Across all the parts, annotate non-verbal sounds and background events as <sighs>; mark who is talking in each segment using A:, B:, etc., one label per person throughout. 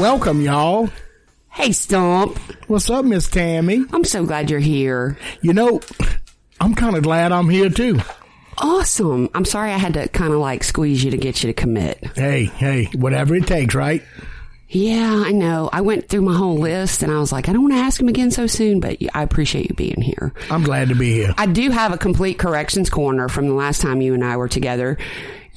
A: Welcome, y'all.
B: Hey, Stump.
A: What's up, Miss Tammy?
B: I'm so glad you're here.
A: You know, I'm kind of glad I'm here too.
B: Awesome. I'm sorry I had to kind of like squeeze you to get you to commit.
A: Hey, hey, whatever it takes, right?
B: Yeah, I know. I went through my whole list and I was like, I don't want to ask him again so soon, but I appreciate you being here.
A: I'm glad to be here.
B: I do have a complete corrections corner from the last time you and I were together.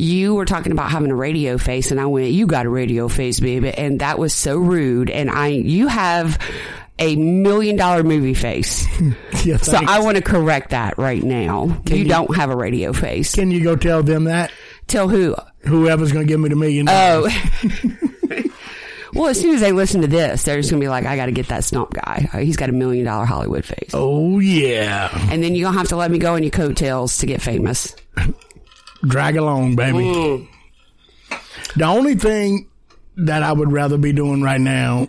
B: You were talking about having a radio face and I went, you got a radio face, baby. And that was so rude. And I, you have a million dollar movie face.
A: Yeah,
B: So
A: thanks.
B: I want to correct that right now. You, don't have a radio face.
A: Can you go tell them that?
B: Tell who?
A: Whoever's going to give me the million dollars.
B: Oh. well, as soon as they listen to this, they're just going to be like, I got to get that stump guy. Uh, He's got a million dollar Hollywood face.
A: Oh, yeah.
B: And then you're going to have to let me go on your coattails to get famous.
A: Drag along, baby.
B: Mm.
A: The only thing that I would rather be doing right now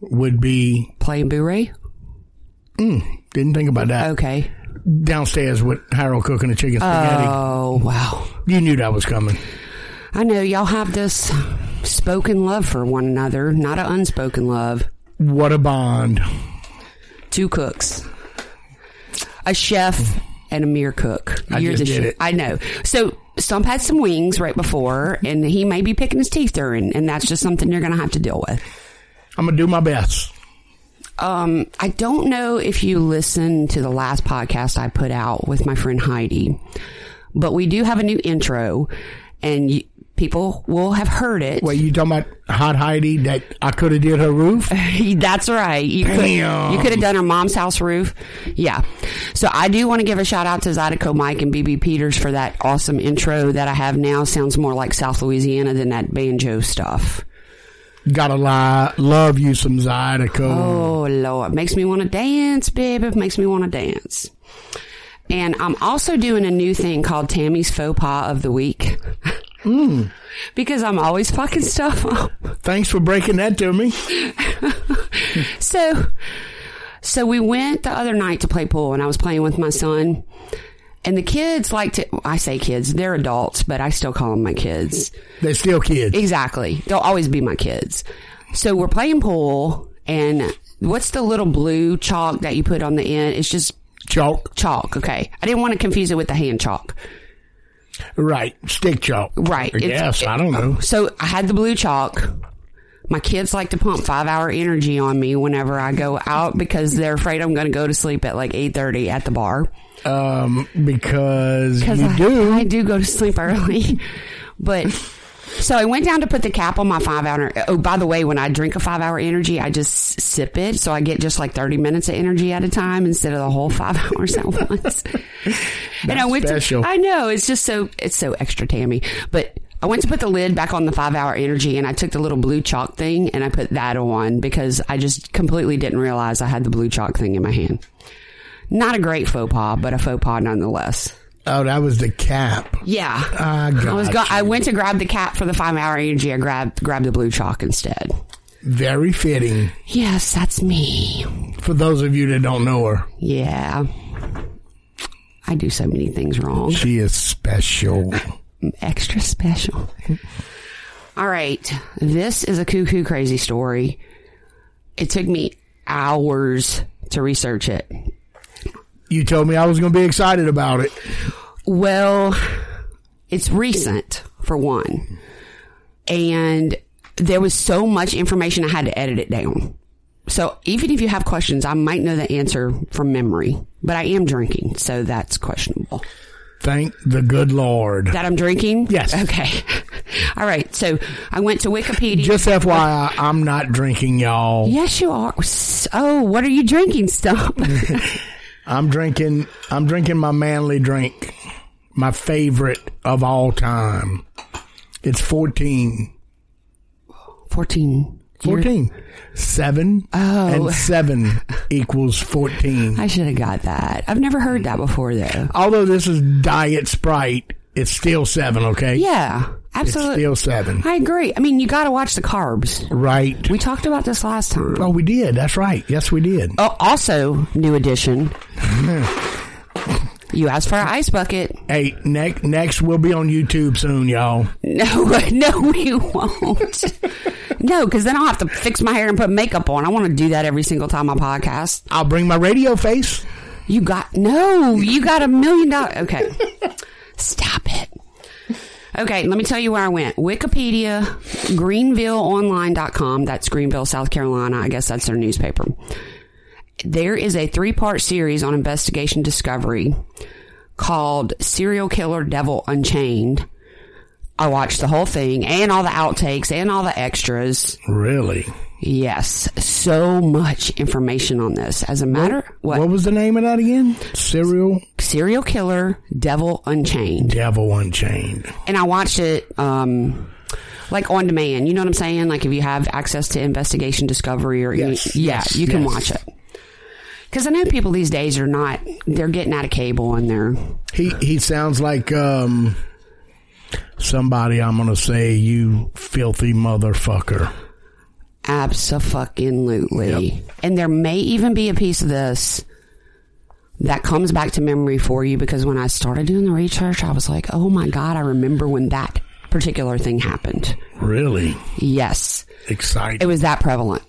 A: would be,
B: Playing Boo Ray?
A: didn't think about that,
B: Okay.
A: downstairs with Harold cooking the chicken spaghetti.
B: Oh, wow.
A: you knew that was coming.
B: I know y'all have this spoken love for one another, not an unspoken love.
A: What a bond.
B: Two cooks, a chef, and a mere cook.
A: I just
B: the
A: did
B: chef.
A: it.
B: I know. So Stump had some wings right before, and he may be picking his teeth during, and that's just something you're going to have to deal with.
A: I'm going to do my best.
B: Um, I don't know if you listened to the last podcast I put out with my friend Heidi, but we do have a new intro, and you, people will have heard it.
A: Wait, you talking about Hot Heidi that I could have did her roof?
B: <laughs> That's right. You could
A: Damn.
B: you could have done her mom's house roof. Yeah. So I do want to give a shout out to Zydeco Mike and BB Peters for that awesome intro that I have now. Sounds more like South Louisiana than that banjo stuff.
A: Gotta lie. Love you some Zydeco.
B: Oh Lord, makes me want to dance, baby. Makes me want to dance. And I'm also doing a new thing called Tammy's faux pas of the week. <laughs> because I'm always fucking stuff up.
A: Thanks for breaking that to me.
B: So, so we went the other night to play pool, and I was playing with my son. And the kids like to, I say kids, they're adults, but I still call them my kids.
A: They're still kids.
B: Exactly. They'll always be my kids. So we're playing pool, and what's the little blue chalk that you put on the end? It's just
A: Chalk.
B: chalk, okay? I didn't want to confuse it with the hand chalk.
A: Right. Stick chalk.
B: Right.
A: I
B: It's-
A: guess. I don't know.
B: So I had the blue chalk. My kids like to pump five hour energy on me whenever I go out because they're afraid I'm going to go to sleep at like eight thirty at the bar.
A: Um, because you
B: Because I
A: do.
B: I do go to sleep early, <laughs> but so I went down to put the cap on my five hour. Oh, by the way, when I drink a five hour energy, I just sip it, so I get just like thirty minutes of energy at a time instead of the whole <laughs> five hours
A: <laughs>
B: at once. and I went
A: special.
B: to. I know it's just so it's so extra, Tammy, but. I went to put the lid back on the five hour energy and I took the little blue chalk thing and I put that on because I just completely didn't realize I had the blue chalk thing in my hand. Not a great faux pas, but a faux pas nonetheless.
A: Oh, that was the cap.
B: Yeah.
A: Uh, I
B: I was
A: got
B: go- I went to grab the cap for the five hour energy. I grabbed grabbed the blue chalk instead.
A: Very fitting.
B: Yes, that's me.
A: For those of you that don't know her,
B: Yeah. I do so many things wrong.
A: she is special.
B: I'm <laughs> extra special. All right. This is a cuckoo crazy story. It took me hours to research it.
A: You told me I was going to be excited about it.
B: Well, it's recent for one. And there was so much information I had to edit it down. So even if you have questions, I might know the answer from memory, but I am drinking, so that's questionable.
A: Thank the good Lord.
B: That I'm drinking?
A: Yes.
B: Okay. <laughs> All right. So I went to Wikipedia.
A: Just FYI, I'm not drinking, y'all.
B: yes, you are. Oh, what are you
A: <laughs>
B: drinking, Stump?
A: I'm drinking. I'm drinking my manly drink, my favorite of all time. It's 14.
B: 14.
A: 14. 7 and
B: <laughs>
A: 7 equals 14.
B: Oh. I should have got that. I've never heard that before, though.
A: Although this is Diet Sprite, it's still 7, okay?
B: Yeah,
A: It's
B: absolutely.
A: still 7.
B: I agree. I mean, you got to watch the carbs.
A: Right.
B: We talked about this last time.
A: Oh, we did. That's right. Yes, we did.
B: Oh, also, new edition. you asked for an ice bucket. <laughs>
A: Hey, next next we'll be on YouTube soon, y'all.
B: No, no, we won't. <laughs> No, because then I'll have to fix my hair and put makeup on. I want to do that every single time I podcast.
A: I'll bring my radio face.
B: You got no. You got a million dollars. Okay, stop it. Okay, let me tell you where I went. Wikipedia, greenvilleonline.com. That's Greenville, South Carolina. I guess that's their newspaper. There is a three part series on investigation discovery called Serial Killer Devil Unchained. I watched the whole thing and all the outtakes and all the extras.
A: Really?
B: Yes, so much information on this. As a matter, what,
A: What was the name of that again? Serial
B: serial killer Devil Unchained,
A: Devil Unchained.
B: and I watched it um, like on demand. You know what I'm saying? Like if you have access to Investigation Discovery or
A: Yes,
B: yeah,
A: yes,
B: you can
A: yes.
B: watch it. Because I know people these days are not they're getting out of cable and they're
A: He he sounds like um somebody I'm gonna say you filthy motherfucker.
B: Absolutely. And there may even be a piece of this that comes back to memory for you because when I started doing the research, I was like, oh my God, I remember when that particular thing happened.
A: Really
B: Yes, it
A: exciting.
B: was that prevalent.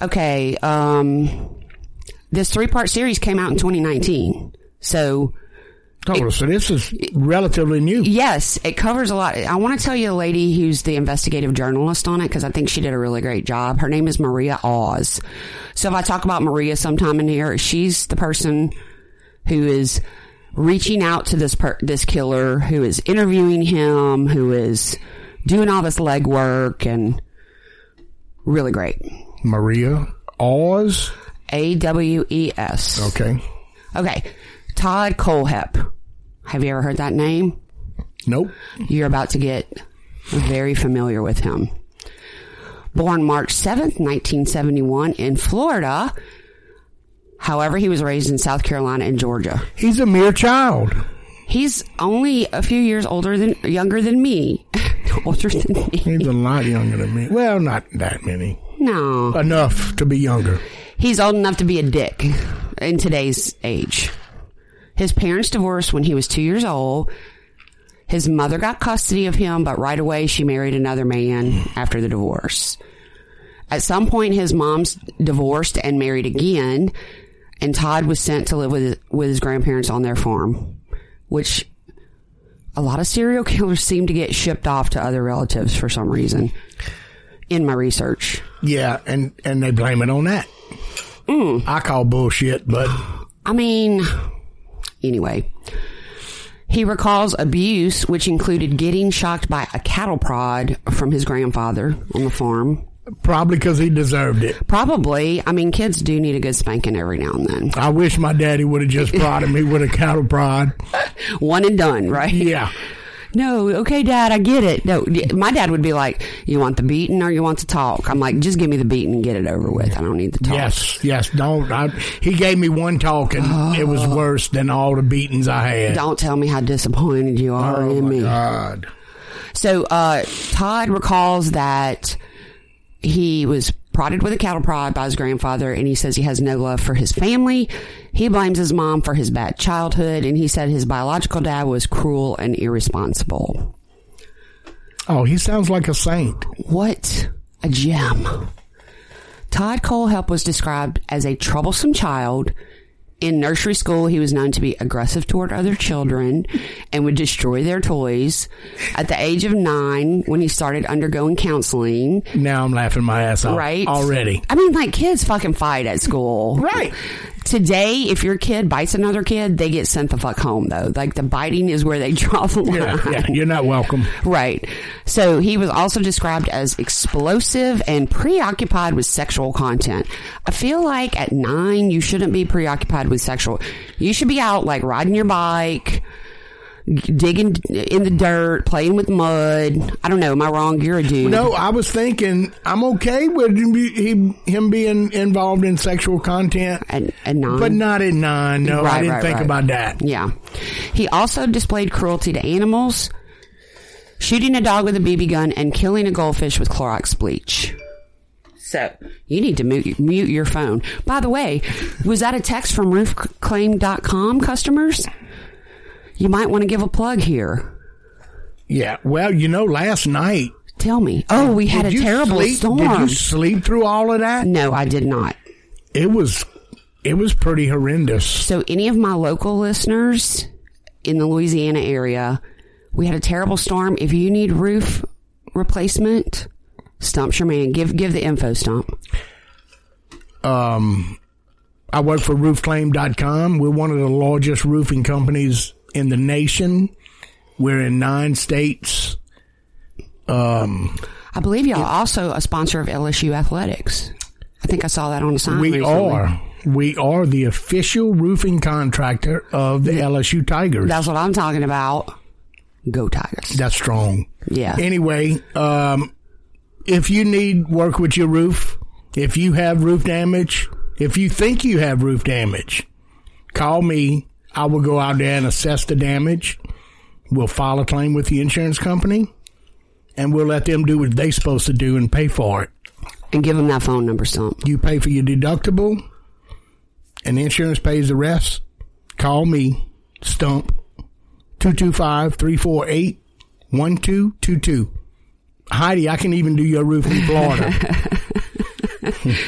B: Okay. Um, this three part series came out in 2019. So,
A: Oh, so this is relatively new.
B: yes, it covers a lot. I want to tell you a lady who's the investigative journalist on it because I think she did a really great job. Her name is Maria Oz. So if I talk about Maria sometime in here, she's the person who is reaching out to this per- this killer, who is interviewing him, who is doing all this legwork, and really great.
A: Maria Oz.
B: A W E S.
A: Okay.
B: Okay. Todd Colehep. Have you ever heard that name?
A: Nope.
B: You're about to get very familiar with him. Born March 7th, 1971 in Florida. However, he was raised in South Carolina and Georgia.
A: He's a mere child.
B: He's only a few years older than younger than me. <laughs> older than me.
A: He's a lot younger than me. Well, not that many.
B: No.
A: Enough to be younger.
B: He's old enough to be a dick in today's age. His parents divorced when he was two years old. His mother got custody of him, but right away she married another man after the divorce. At some point, his mom's divorced and married again, and Todd was sent to live with with his grandparents on their farm, which a lot of serial <laughs> killers seem to get shipped off to other relatives for some reason. In my research,
A: Yeah, and and they blame it on that.
B: Mm.
A: I call bullshit, but
B: I mean, anyway. He recalls abuse, which included getting shocked by a cattle prod from his grandfather on the farm.
A: probably because he deserved it.
B: Probably, I mean, kids do need a good spanking every now and then.
A: I wish my daddy would have just prodded me with a cattle prod.
B: One and done, right?
A: Yeah,
B: No, okay, Dad, I get it. No, y- my dad would be like, "You want the beating or you want to talk?" I'm like, "Just give me the beating and get it over with. I don't need the talk."
A: yes, yes. Don't. I, he gave me one talk, and it was
B: Oh.
A: worse than all the beatings I had.
B: Don't tell me how disappointed you are
A: Oh
B: in
A: my
B: me.
A: God!
B: So uh, Todd recalls that he was prodded with a cattle prod by his grandfather, and he says he has no love for his family. He blames his mom for his bad childhood, and he said his biological dad was cruel and irresponsible.
A: Oh, he sounds like a saint.
B: What a gem! Todd Colehelp was described as a troublesome child. In nursery school, he was known to be aggressive toward other children and would destroy their toys. At the age of nine, when he started undergoing counseling,
A: Now I'm laughing my ass off.
B: Right.
A: already.
B: I mean, like kids fucking fight at school.
A: Right.
B: Today, if your kid bites another kid, they get sent the fuck home though. Like the biting is where they draw the line.
A: Yeah, yeah. You're not welcome.
B: Right. So he was also described as explosive and preoccupied with sexual content. I feel like at nine, you shouldn't be preoccupied with sexual. You should be out like riding your bike, digging in the dirt, playing with mud. I don't know. Am I wrong? You're a dude.
A: No, I was thinking I'm okay with him, he, him being involved in sexual content,
B: At, at nine.
A: but not at nine. No,
B: Mm-hmm. Right,
A: Oh, I didn't
B: right,
A: think
B: right.
A: about that.
B: Yeah. He also displayed cruelty to animals, shooting a dog with a BB gun and killing a goldfish with Clorox bleach. So you need to mute, mute your phone. By the way, was that a text from roofclaim.com customers? You might want to give a plug here.
A: Yeah. Well, you know, last night
B: tell me, "Oh, we had
A: Did
B: a
A: you
B: terrible
A: sleep-
B: storm."
A: Did you sleep through all of that?
B: no, I did not.
A: It was, it was pretty horrendous.
B: So, any of my local listeners in the Louisiana area, we had a terrible storm. If you need roof replacement, stump your man. Give give the info stump.
A: I work for roofclaim.com. We're one of the largest roofing companies in the nation. We're in nine states.
B: I believe y'all also a sponsor of LSU athletics. I think I saw that on a sign.
A: We
B: recently.
A: are. We are the official roofing contractor of the LSU Tigers.
B: That's what I'm talking about. Go Tigers.
A: That's strong.
B: Yeah.
A: Anyway, um, if you need work with your roof, if you have roof damage, if you think you have roof damage, call me. I will go out there and assess the damage. We'll file a claim with the insurance company and we'll let them do what they're supposed to do and pay for it.
B: and give them that phone number stump.
A: You pay for your deductible and insurance pays the rest. Call me, Stump, 225 348 1222. Heidi, I can even do your roof in
B: <laughs>
A: Florida.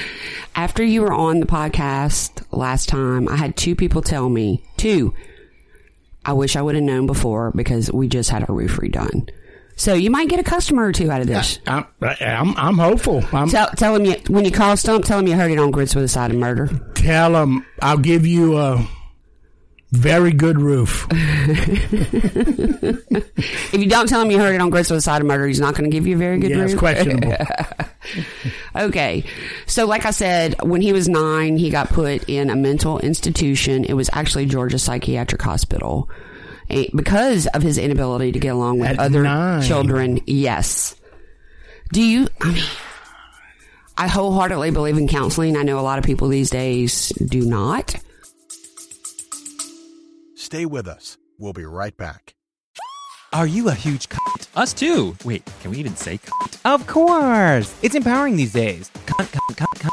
B: After you were on the podcast last time, I had two people tell me, two, I wish I would have known before because we just had our roof redone. So you might get a customer or two out of this.
A: I'm, I'm, I'm hopeful. I'm,
B: Tell, tell them you, when you call Stump, tell them you heard it on Grits with a Side of Murder.
A: tell them I'll give you a very good
B: <laughs>
A: roof.
B: If you don't tell him you heard it on Grits with a Side of Murder, he's not going to give you a very good
A: Yeah, it's
B: roof.
A: questionable.
B: <laughs> Okay. So, like I said, when he was nine, he got put in a mental institution. It was actually Georgia Psychiatric Hospital Eh, because of his inability to get along with
A: At
B: other
A: nine.
B: children. Yes. Do you? I mean, I wholeheartedly believe in counseling. I know a lot of people these days do not.
C: Stay with us. We'll be right back.
D: Are you a huge cunt?
E: Us too. Wait, can we even say cunt?
D: Of course! It's empowering these days. Cunt, cunt, cunt, cunt, cunt.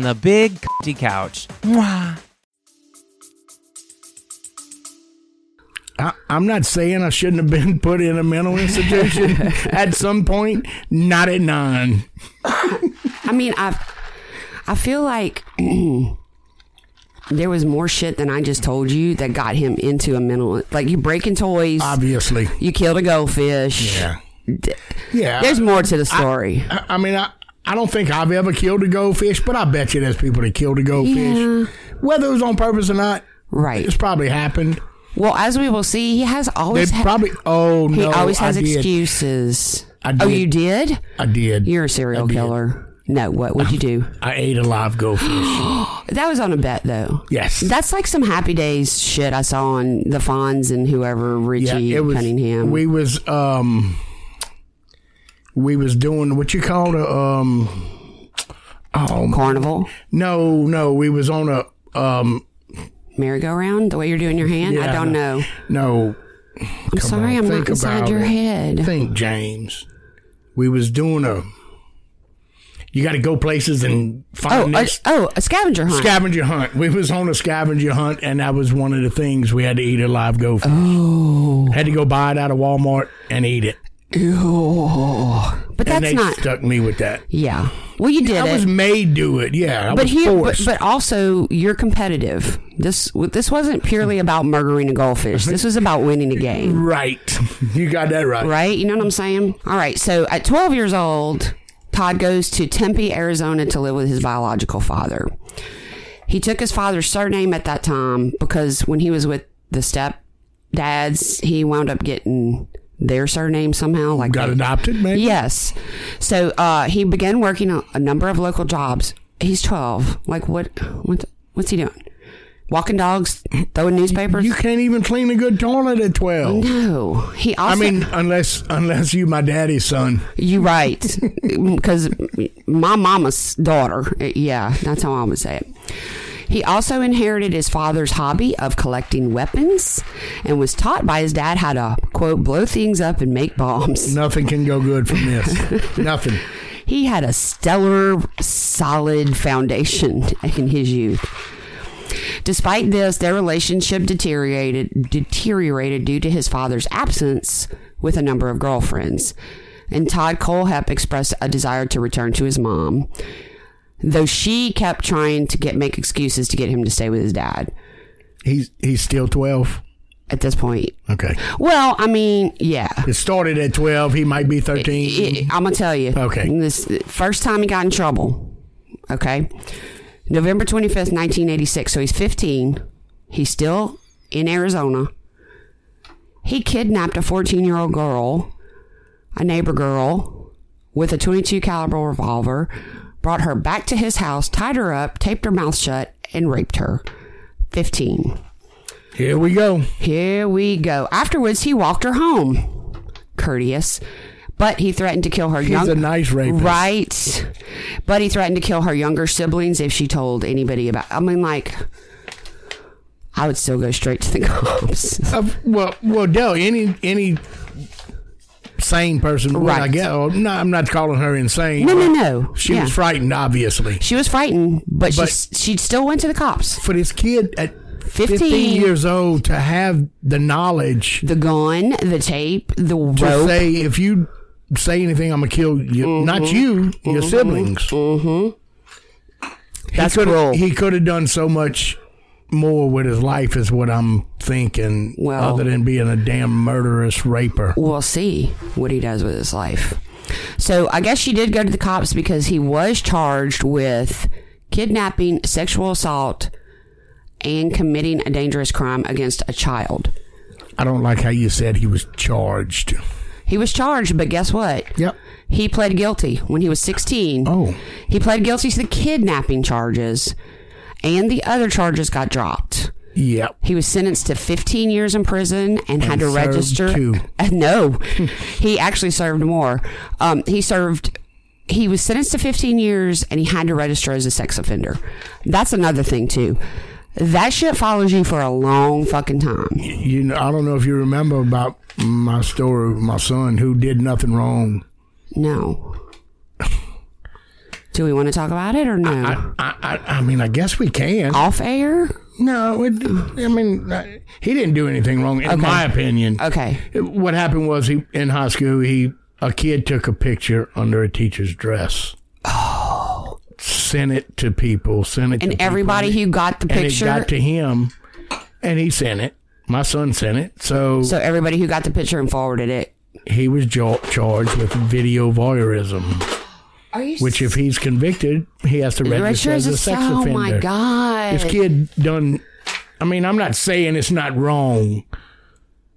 D: The Big Cunty Couch. Mwah.
A: I, I'm not saying I shouldn't have been put in a mental institution
B: <laughs>
A: at some point, not at nine.
B: I mean, I I feel like <clears throat> there was more shit than I just told you that got him into a mental like you breaking toys.
A: Obviously.
B: You killed a goldfish.
A: Yeah. Yeah.
B: There's more to the story.
A: I, I mean, I, I don't think I've ever killed a goldfish, but I bet you there's people that killed a goldfish.
B: Yeah.
A: Whether it was on purpose or not,
B: right.
A: it's probably happened.
B: Well, as we will see, he has
A: They
B: always ha-
A: probably. Oh
B: he
A: no!
B: always has
A: I did.
B: excuses.
A: I
B: Oh,
A: did.
B: you did?
A: I did.
B: You're a serial
A: I did.
B: killer. No, what would you do?
A: I ate a live
B: <gasps>
A: goldfish.
B: That was on a bet though.
A: Yes.
B: That's like some happy days shit I saw on the Fonz and whoever Richie Cunningham.
A: We was um, we was doing what you call a um, oh
B: Carnival.
A: no no we was on a um
B: merry-go-round the way you're doing your hand i
A: Yeah.
B: don't know
A: no
B: i'm sorry
A: on,
B: i'm
A: think
B: not
A: about
B: inside your
A: it.
B: head
A: think James we was doing a you got to go places and
B: oh
A: find
B: a,
A: this
B: oh a scavenger hunt
A: scavenger hunt. We was on a scavenger hunt, and that was one of the things we had to eat a live goldfish.
B: Oh.
A: Had to go buy it out of Walmart and eat it.
B: Ew.
A: and
B: but that's
A: they
B: not
A: stuck me with that.
B: yeah well you did
A: I
B: it
A: was made do it. Yeah, I
B: but
A: was
B: here but,
A: forced.
B: but also you're competitive this this wasn't purely about murdering a goldfish
A: Uh-huh.
B: this was about winning a game
A: right, <laughs> you got that right.
B: right? You know what I'm saying? All right. So at 12 years old, Todd goes to Tempe, Arizona to live with his biological father. He took his father's surname at that time because when he was with the step dads, he wound up getting their surname somehow. Like
A: Got
B: they-
A: adopted, maybe.
B: Yes. So uh, he began working a, a number of local jobs. He's 12. Like what? What? What's he doing? walking dogs, throwing newspapers.
A: You can't even clean a good toilet at 12.
B: no, he
A: I
B: also. <laughs>
A: mean, unless unless you my daddy's son.
B: You right, <laughs> because my mama's daughter. eh, Yeah, that's how I would say it. He also inherited his father's hobby of collecting weapons, and was taught by his dad how to quote blow things up and make bombs.
A: Nothing can go good from
B: <laughs>
A: this. Nothing.
B: He had a stellar, solid foundation in his youth. Despite this, their relationship deteriorated deteriorated due to his father's absence with a number of girlfriends. And Todd Colehep expressed a desire to return to his mom, though she kept trying to get make excuses to get him to stay with his dad.
A: He's he's still 12.
B: At this point,
A: Okay.
B: well, I mean, yeah,
A: It started at 12. He might be 13.
B: I- I'm gonna tell you.
A: Okay.
B: This first time he got in trouble. Okay. November 25th, 1986. So he's 15. He's still in Arizona. He kidnapped a 14 year old girl, a neighbor girl, with a 22 caliber revolver, brought her back to his house, tied her up, taped her mouth shut, and raped her. 15.
A: Here we go.
B: Here we go. Afterwards, he walked her home, courteous, but he threatened to kill her
A: He's a nice rapist.
B: Right. But he threatened to kill her younger siblings if she told anybody about I mean like I would still go straight to the <laughs> cops.
A: Of, Uh, well, well, Dell. Any any sane person would, I
B: Right.
A: guess. oh, no, I'm not calling her insane.
B: No, no, no.
A: She
B: Yeah.
A: was frightened, obviously.
B: She was frightened, but,
A: But-
B: she she still went to the cops.
A: For this kid at 15,
B: 15.
A: years old to have the knowledge
B: The gun, the tape, the
A: to
B: rope.
A: say, if you say anything, I'm gonna kill you.
B: Mm-hmm.
A: Not you, your siblings.
B: That's
A: he coulda-
B: cruel.
A: He could have done so much more with his life, is what I'm thinking.
B: Well-
A: other than being a damn murderous raper.
B: we'll see what he does with his life. So I guess she did go to the cops because he was charged with kidnapping, sexual assault, and committing a dangerous crime against a child.
A: I don't like how you said he was charged.
B: He was charged, but guess what?
A: Yep.
B: He pled guilty when he was 16.
A: Oh.
B: He pled guilty to the kidnapping charges, and the other charges got dropped.
A: Yep.
B: He was sentenced to 15 years in prison and, had
A: And
B: to
A: served
B: register.
A: two.
B: <laughs> Uh, no, he actually served more. Um, he served. He was sentenced to 15 years and he had to register as a sex offender. That's another thing too. That shit follows you for a long fucking time.
A: you know, I don't know if you remember about my story with my son who did nothing wrong.
B: No. Do we want to talk about it or no?
A: I, I, I mean, I guess we can.
B: Off air?
A: No, it, I mean, I- he didn't do anything wrong, in my opinion.
B: Okay.
A: What happened was he in high school, he a kid took a picture under a teacher's dress. Oh. Sent it to people. Sent it to
B: And
A: people.
B: everybody who got the
A: and
B: picture.
A: it got to him, and he sent it. My son sent it, so,
B: so everybody who got the picture and forwarded it.
A: he was jo- charged with video voyeurism.
B: Are you
A: Which, if he's convicted, he has to register, as a sex
B: oh
A: offender.
B: my god.
A: This kid done. I mean, I'm not saying it's not wrong,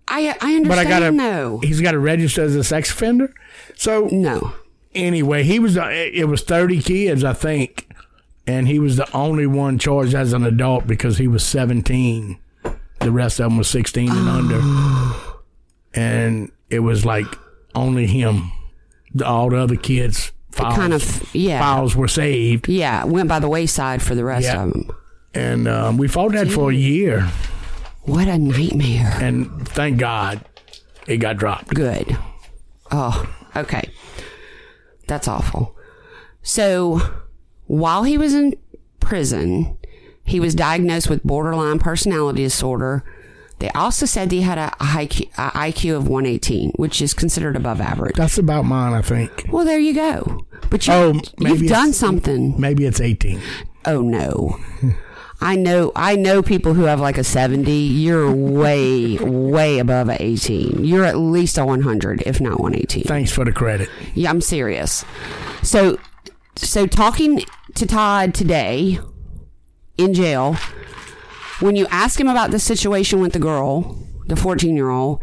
B: I I understand
A: but I gotta.
B: no.
A: He's got to register as a sex offender. So
B: No.
A: anyway, he was. the- It was 30 kids, I think, and he was the only one charged as an adult because he was 17. The rest of them was 16 and <gasps> under, and it was like only him. The- All the other kids. Files,
B: Kind of yeah.
A: files were saved.
B: Yeah, went by the wayside for the rest
A: Yeah.
B: of them.
A: and um, we fought that for a year.
B: What a nightmare.
A: And thank God it got dropped.
B: Good. Oh, okay. That's awful. So, while he was in prison, he was diagnosed with borderline personality disorder. They also said he had a IQ, a IQ of 118, which is considered above average.
A: That's about mine, I think.
B: Well, there you go. But you,
A: Oh, maybe
B: you've
A: it's-
B: done something.
A: Maybe it's 18.
B: oh no i know i know people who have like a 70 you're way way above a 18 you're at least a 100 if not 118
A: Thanks for the credit.
B: yeah i'm serious so so talking to todd today in jail when you ask him about the situation with the girl the 14 year old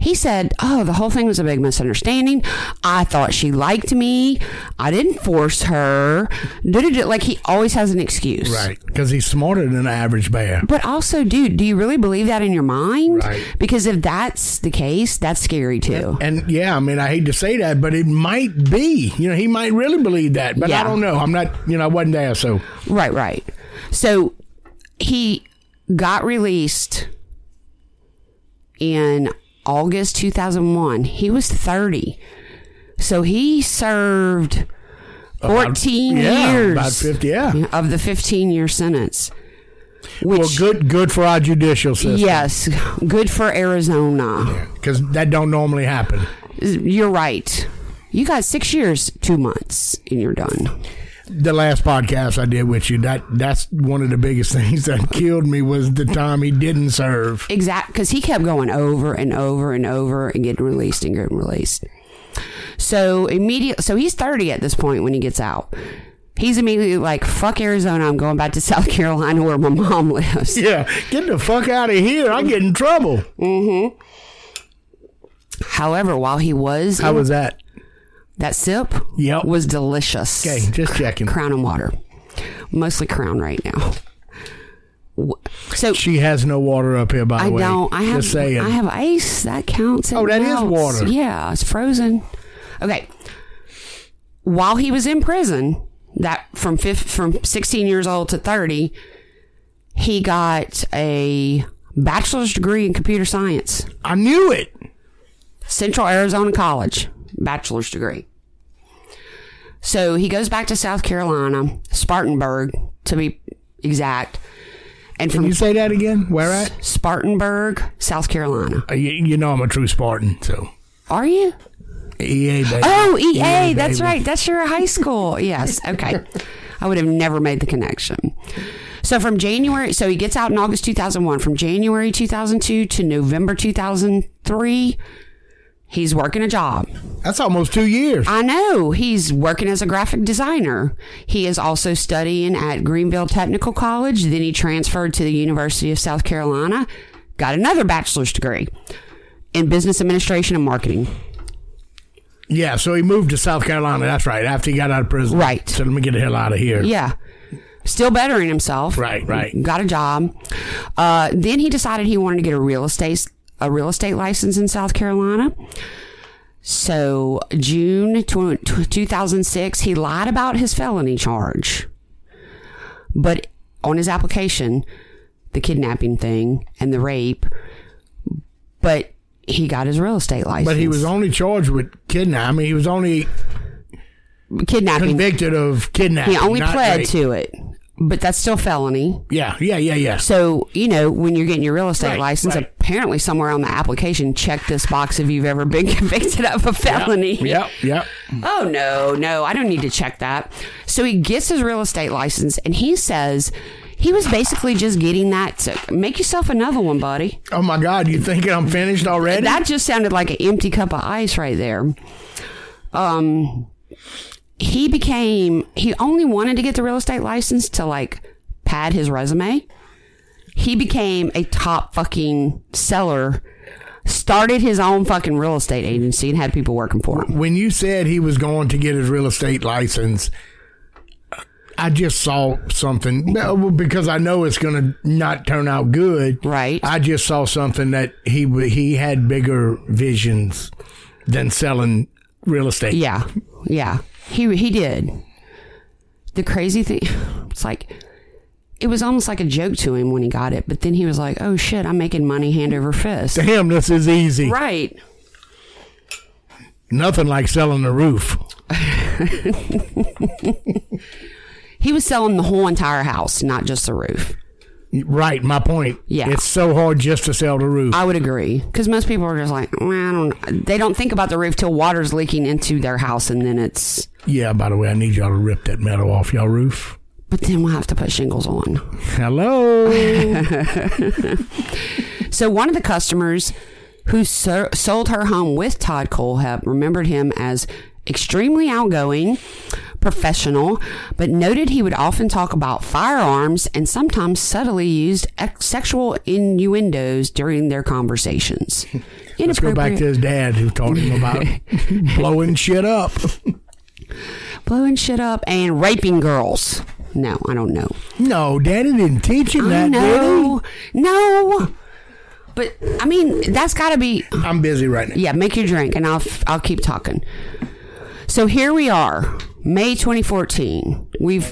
B: He said, Oh, the whole thing was a big misunderstanding. I thought she liked me. I didn't force her. Da-da-da. Like, he always has an excuse.
A: Right. Because he's smarter than an average bear.
B: But also, dude, do you really believe that in your mind?
A: Right.
B: Because if that's the case, that's scary too.
A: And yeah, I mean, I hate to say that, but it might be. You know, he might really believe that, but I
B: Yeah.
A: don't know. I'm not, you know, I wasn't there, so
B: Right, right. So he got released in August 2001. He was 30. So he served 14
A: yeah,
B: years
A: about 50, yeah.
B: of the 15 year sentence. Which,
A: Well, good, good for our judicial system.
B: Yes, good for Arizona.
A: because that don't normally happen.
B: You're right. You got six years, two months, and you're done.
A: The last podcast I did with you, that that's one of the biggest <laughs> things that killed me was the time he didn't serve.
B: Exact, because he kept going over and over and over and getting released and getting released. So immediate, so he's thirty at this point when he gets out. He's immediately like, "Fuck Arizona! I'm going back to <laughs> South Carolina where my mom lives."
A: Yeah, get the fuck out of here! I get in trouble.
B: However, while he was
A: How was that?
B: that sip,
A: Yep.
B: was delicious.
A: Okay, just checking.
B: Crown and water, mostly Crown right now. W- So
A: She has no water up here, by the
B: I
A: way.
B: don't. I have.
A: Just saying.
B: I have ice. That counts. It
A: Oh, that is
B: melts.
A: water.
B: Yeah, it's frozen. Okay. While he was in prison, that from fif from sixteen years old to thirty, he got a bachelor's degree in computer science,
A: I knew it.
B: Central Arizona College, bachelor's degree. So he goes back to South Carolina, Spartanburg to be exact, and
A: Can
B: from
A: you say that again? Where at?
B: Spartanburg, South Carolina.
A: Uh, You, you know I'm a true Spartan, so
B: Are you?
A: EA baby.
B: Oh, EA.
A: Yeah,
B: that's
A: baby.
B: right. That's your high school. Yes. Okay. I would have never made the connection. So from January, so he gets out in August 2001. From January 2002 to November 2003, he's working a job.
A: That's almost two years.
B: I know he's working as a graphic designer. He is also studying at Greenville Technical College. Then he transferred to the University of South Carolina, got another bachelor's degree in business administration and marketing.
A: yeah, so he moved to South Carolina. That's right. After he got out of prison.
B: Right.
A: So let me get the hell out of here.
B: Yeah. Still bettering himself.
A: Right, right.
B: Got a job. Uh, then he decided he wanted to get a real estate a real estate license in South Carolina. So June tw- tw- 2006, he lied about his felony charge. But on his application, the kidnapping thing and the rape, but he got his real estate license.
A: But he was only charged with kidnapping. I mean, he was only
B: kidnapping.
A: convicted of kidnapping.
B: He only
A: not
B: pled
A: rape.
B: to it, but that's still felony.
A: Yeah, yeah, yeah, yeah.
B: So, you know, when you're getting your real estate
A: Right,
B: license,
A: right.
B: apparently somewhere on the application, check this box if you've ever been <laughs> convicted of a felony.
A: Yep, yep.
B: Oh, no, no, I don't need to check that. So he gets his real estate license and he says he was basically just getting that to make yourself another one, buddy.
A: Oh my God, you thinking I'm finished already?
B: That just sounded like an empty cup of ice right there. Um, he became he only wanted to get the real estate license to like pad his resume. He became a top fucking seller, started his own fucking real estate agency and had people working for him.
A: when you said he was going to get his real estate license, I just saw something no, because I know it's going to not turn out good.
B: Right.
A: I just saw something that he w- he had bigger visions than selling real estate.
B: Yeah. Yeah. He he did. The crazy thing <sighs> it's like it was almost like a joke to him when he got it, but then he was like, "Oh shit, I'm making money hand over fist."
A: To him, this is easy.
B: Right.
A: Nothing like selling a roof.
B: He was selling the whole entire house, not just the roof.
A: Right. My point.
B: Yeah.
A: It's so hard just to sell the roof.
B: I would agree because most people are just like, "Well, I don't. They don't think about the roof till water's leaking into their house, and then it's.
A: yeah. By the way, I need y'all to rip that metal off y'all roof.
B: But then we'll have to put shingles on. <laughs>
A: Hello.
B: So one of the customers who so- sold her home with Todd Colehep remembered him as extremely outgoing, professional, but noted he would often talk about firearms and sometimes subtly used ex- sexual innuendos during their conversations.
A: Let's go back to his dad who taught him
B: <laughs>
A: about blowing shit up.
B: blowing shit up and raping girls. No, I don't know.
A: No, daddy didn't teach him
B: I
A: that, did
B: know. No. But I mean, that's got to be
A: he? I'm busy right now.
B: yeah, make your drink and I'll f- I'll keep talking. So here we are, May 2014. We've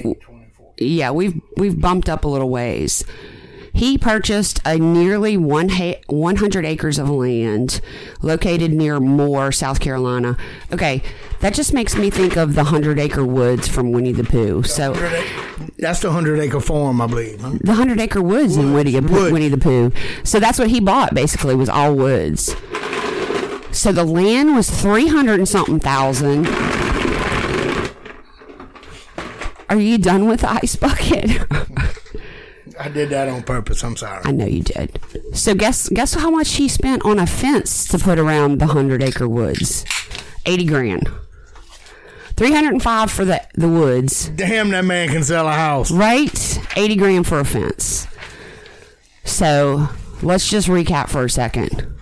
B: yeah, we've we've bumped up a little ways. He purchased a nearly one ha- 100 acres of land located near Moore, South Carolina. Okay, that just makes me think of the 100 acre woods from Winnie the Pooh. So
A: That's the hundred acre farm, I believe. huh?
B: the Hundred Acre Woods, in Winnie,
A: woods.
B: Winnie the Pooh. So that's what he bought basically was all woods. So the land was three hundred and something thousand. Are you done with the ice bucket? <laughs>
A: I did that on purpose. I'm sorry.
B: I know you did. So guess guess how much he spent on a fence to put around the hundred acre woods? Eighty grand. Three hundred and five for the the woods.
A: Damn, that man can sell a house.
B: right? 80 grand for a fence. So let's just recap for a second.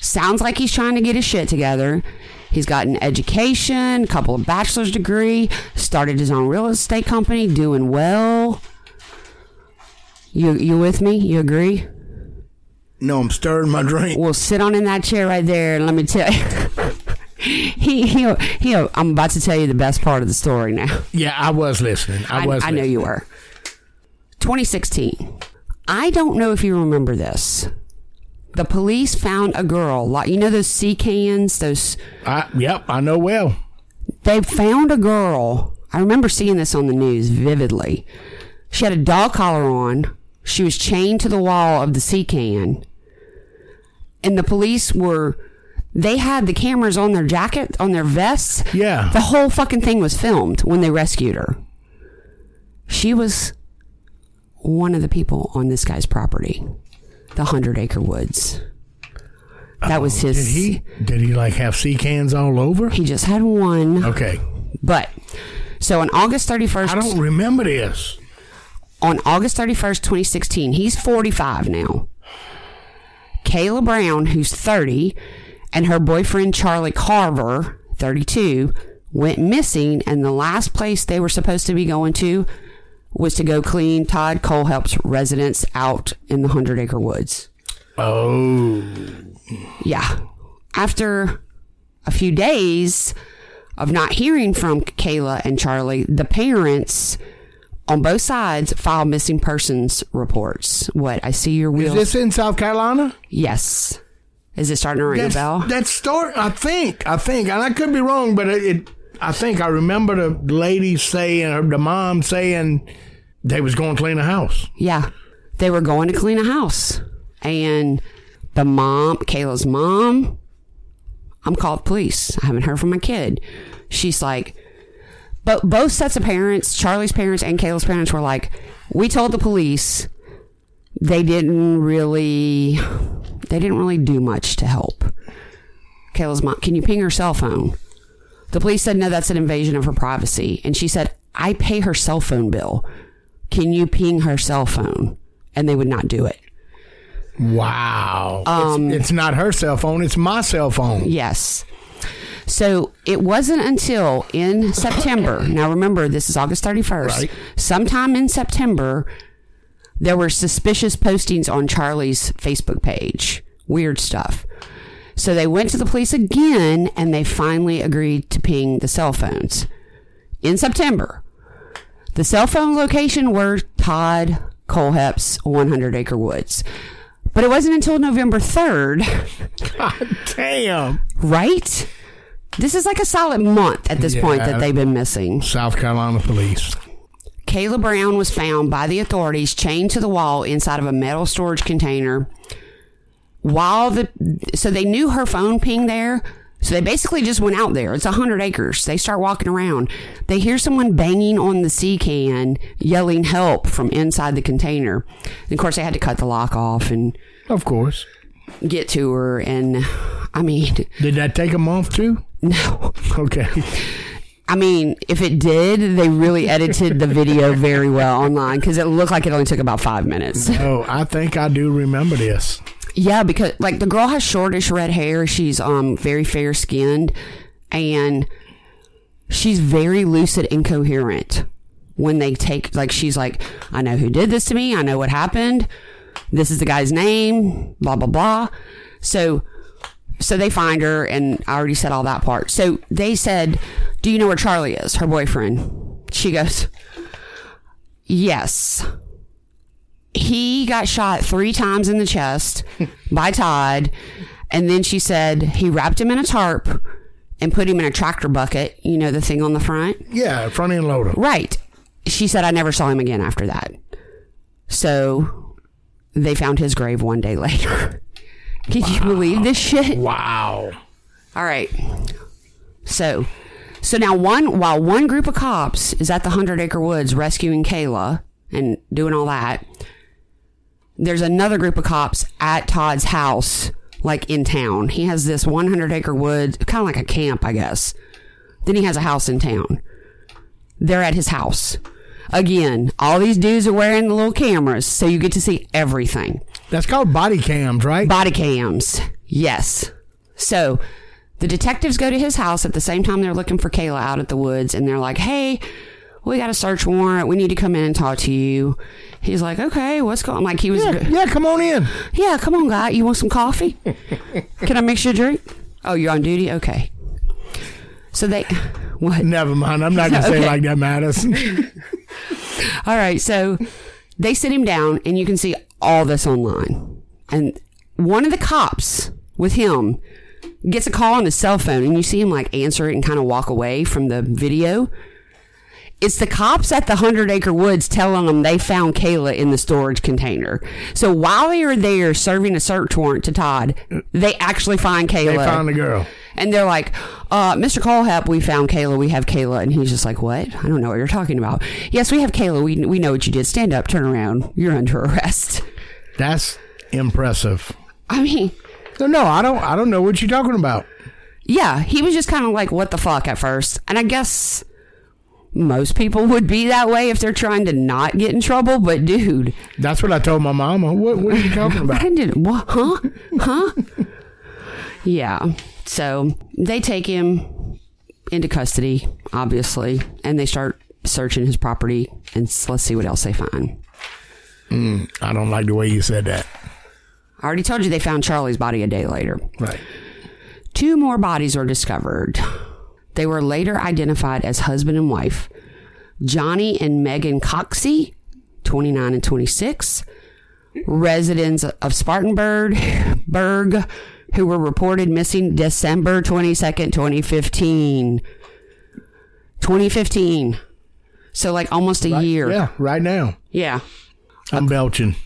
B: Sounds like he's trying to get his shit together. He's got an education, a couple of bachelor's degree, started his own real estate company, doing well. You you with me? You agree?
A: No, I'm stirring my drink.
B: Well, sit on in that chair right there, and let me tell you. <laughs> he he he. I'm about to tell you the best part of the story now.
A: Yeah, I was listening. I, was.
B: I know you were. 2016. I don't know if you remember this. The police found a girl, like you know those sea cans, those
A: I, yep, I know well.
B: they found a girl. I remember seeing this on the news vividly. She had a dog collar on. She was chained to the wall of the sea can. And the police were they had the cameras on their jacket, on their vests.
A: Yeah.
B: The whole fucking thing was filmed when they rescued her. She was one of the people on this guy's property, the Hundred Acre Woods. That was his.
A: Oh, Did he? Did he like have sea cans all over?
B: He just had one.
A: Okay,
B: But so on August 31st,
A: I don't remember this.
B: on August 31st, 2016, he's 45 now. Kayla Brown, who's 30, and her boyfriend Charlie Carver, 32, went missing, and the last place they were supposed to be going to was to go clean Todd Colehelp's residence out in the Hundred Acre Woods.
A: Oh,
B: Yeah. After a few days of not hearing from Kayla and Charlie, the parents on both sides filed missing persons reports. What? I see your
A: is
B: wheels.
A: this in South Carolina?
B: yes. Is it starting to ring a
A: That's,
B: bell?
A: that story, I think, I think, and I could be wrong, but it, it I think I remember the lady saying, or the mom saying, they was going to clean the house.
B: yeah. They were going to clean a house. And the mom, Kayla's mom, I'm called police. I haven't heard from my kid. She's like, but both sets of parents, Charlie's parents and Kayla's parents, were like, we told the police. They didn't really, they didn't really do much to help. Kayla's mom, can you ping her cell phone? The police said no, that's an invasion of her privacy, and she said, I pay her cell phone bill. Can you ping her cell phone? And they would not do it.
A: Wow,
B: Um,
A: it's, it's not her cell phone; it's my cell phone.
B: Yes. So it wasn't until in September. Now remember, this is August 31st.
A: Right.
B: Sometime in September, there were suspicious postings on Charlie's Facebook page. Weird stuff. So they went to the police again and they finally agreed to ping the cell phones in September. The cell phone location were Todd Colehep's 100 Acre Woods. But it wasn't until November 3rd
A: Damn,
B: right? This is like a solid month at this point
A: Yeah.
B: that they've been missing.
A: South Carolina police.
B: Kayla Brown was found by the authorities chained to the wall inside of a metal storage container. While the so they knew her phone ping there, so they basically just went out there. It's hundred acres. They start walking around. They hear someone banging on the sea can, yelling help from inside the container. And of course, they had to cut the lock off and
A: Of course.
B: get to her. And I mean, <laughs>
A: Did that take a month too?
B: no.
A: Okay.
B: I mean, if it did, they really edited the video very well online because it looked like it only took about five minutes.
A: Oh, I think I do remember this.
B: Yeah, because like the girl has shortish red hair. She's um very fair skinned, and she's very lucid and coherent. When they take like she's like, I know who did this to me. I know what happened. This is the guy's name. Blah blah blah. So, so they find her, and I already said all that part. So they said, "Do you know where Charlie is?" Her boyfriend. She goes, "Yes." he got shot three times in the chest by Todd. And then she said he wrapped him in a tarp and put him in a tractor bucket, you know, the thing on the front.
A: Yeah, front end loader.
B: Right. She said, I never saw him again after that. So they found his grave one day later. <laughs> Can you believe this shit?
A: Wow.
B: All right. So, so now one while one group of cops is at the Hundred Acre Woods rescuing Kayla and doing all that, there's another group of cops at Todd's house, like in town. He has this 100 acre woods, kind of like a camp, I guess. Then he has a house in town. They're at his house. Again, all these dudes are wearing the little cameras, so you get to see everything
A: That's called body cams, right?
B: body cams. Yes. So the detectives go to his house at the same time they're looking for Kayla out at the woods and they're like, hey, we got a search warrant. We need to come in and talk to you. He's like, okay, what's going on? Like, he was,
A: yeah,
B: yeah,
A: yeah, come on in.
B: come on, guy. You want some coffee? Can I mix you a drink? Oh, you're on duty? Okay. So they, what?
A: Never mind. I'm not going to say it
B: Okay.
A: like that,
B: <laughs>
A: Madison.
B: All right, so they sit him down, and you can see all this online. And one of the cops with him gets a call on his cell phone, and you see him like answer it and kind of walk away from the video. It's the cops at the Hundred Acre Woods telling them they found Kayla in the storage container. So while they are there serving a search warrant to Todd, they actually find Kayla.
A: they found the girl.
B: And they're like, uh, Mr. Colehep, we found Kayla. We have Kayla. And he's just like, what? I don't know what you're talking about. Yes, we have Kayla. We, we know what you did. Stand up, turn around. You're under <laughs> arrest.
A: That's impressive.
B: I mean,
A: No, no, I don't. I don't know what you're talking about.
B: yeah, he was just kind of like, what the fuck at first. And I guess most people would be that way if they're trying to not get in trouble. But dude,
A: That's what I told my mama. What What are you talking about?
B: <laughs> I did what? Huh? Huh? yeah. So they take him into custody, obviously, and they start searching his property. And s- let's see what else they find.
A: I don't like the way you said that.
B: I already told you they found Charlie's body a day later.
A: Right.
B: Two more bodies are discovered. They were later identified as husband and wife Johnny and Megan Coxey, 29 and 26, residents of Spartanburg, Berg, who were reported missing December 22nd, 2015. 2015. So, like almost a year.
A: Yeah, right now.
B: Yeah.
A: I'm belching.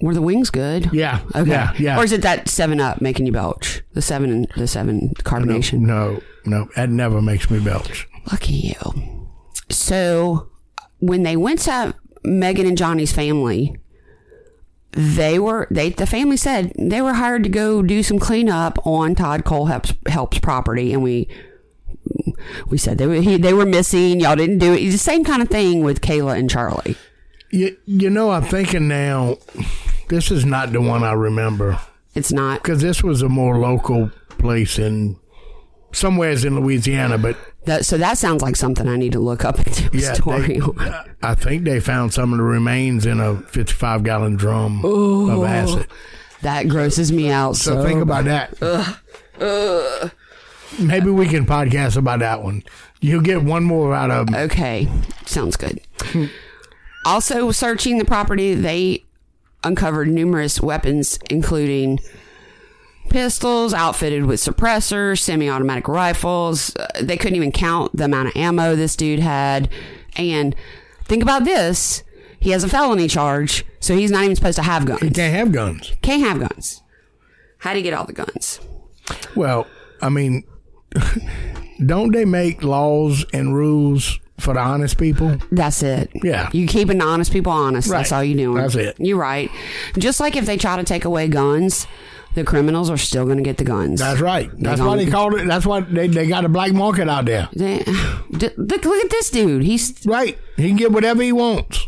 B: Were the wings good?
A: Yeah.
B: Okay.
A: Yeah. Yeah.
B: Or is it that seven up making you belch? The seven the seven carbonation.
A: No, no, that never makes me belch.
B: Lucky you. So when they went to Megan and Johnny's family, they were they the family said they were hired to go do some cleanup on Todd Cole helps helps property and we we said they were he, they were missing y'all didn't do it it's the same kind of thing with Kayla and Charlie
A: You, you know, I'm thinking now, this is not the one I remember
B: it's not
A: because this was a more local place in somewhere's in Louisiana, but
B: that, so that sounds like something I need to look up and do a
A: yeah,
B: story
A: they-
B: on
A: I think they found some of the remains in a 55 gallon drum of acid.
B: that grosses me out
A: Oh, So think about that. Maybe we can podcast about that one. You'll get one more out of 'em.
B: Okay, sounds good. also, searching the property, they uncovered numerous weapons, including pistols outfitted with suppressors, semi automatic rifles. Uh, they couldn't even count the amount of ammo this dude had. And think about this he has a felony charge, so he's not even supposed to have
A: You
B: guns.
A: can't have guns.
B: Can't have guns. How'd he get all the guns?
A: Well, I mean, <laughs> don't they make laws and rules for the honest people?
B: That's it.
A: Yeah.
B: You keeping the honest people honest. That's
A: Right.
B: all you doing.
A: That's it.
B: You're right. Just like if they try to take away guns, the criminals are still going to get the guns.
A: That's right. That's why
B: gonna-
A: they called it. That's why they, they got a black market out there.
B: They, <sighs> D- look, look at this dude. He's
A: Right. He can get whatever he wants.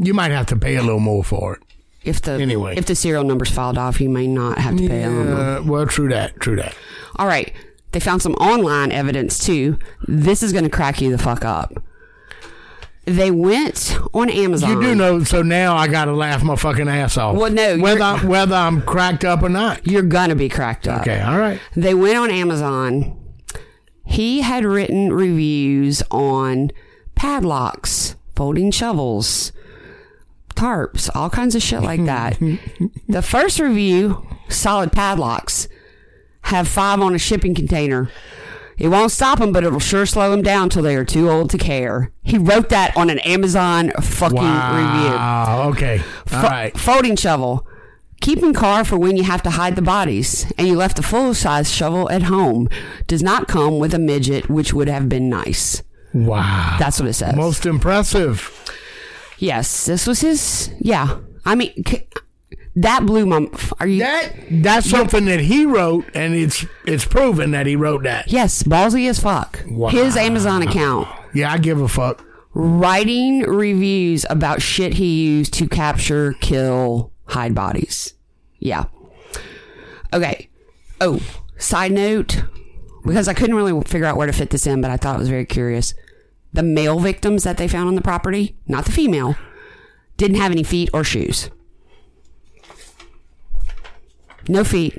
A: You might have to pay a little more for it.
B: if the
A: Anyway.
B: if the serial numbers filed off, you may not have to pay a little.
A: Uh, well, true that. True that.
B: All right. They found some online evidence too. This is going to crack you the fuck up. They went on Amazon.
A: You do know. So now I got to laugh my fucking ass off.
B: Well, no, you're- Uh,
A: Whether I, whether I'm cracked up or not.
B: You're going to be cracked up.
A: Okay. All right.
B: They went on Amazon. He had written reviews on padlocks, folding shovels, tarps, all kinds of shit like that. the first review, solid padlocks, have five on a shipping container. It won't stop them, but it'll sure slow them down till they are too old to care. He wrote that on an Amazon fucking review.
A: Wow. Okay. All
B: Fo-
A: right.
B: Folding shovel. Keeping car for when you have to hide the bodies and you left the full size shovel at home does not come with a midget, which would have been nice.
A: Wow.
B: That's what it says.
A: most impressive.
B: yes, this was his. Yeah. I mean, c- that blew my. Are you.
A: That that's something that he wrote, and it's it's proven that he wrote that.
B: yes, ballsy as fuck.
A: Wow.
B: His Amazon account.
A: Yeah, I give a fuck.
B: Writing reviews about shit he used to capture, kill, hide bodies. Yeah. Okay. Oh, side note, because I couldn't really figure out where to fit this in, but I thought it was very curious. The male victims that they found on the property, not the female, didn't have any feet or shoes. No feet,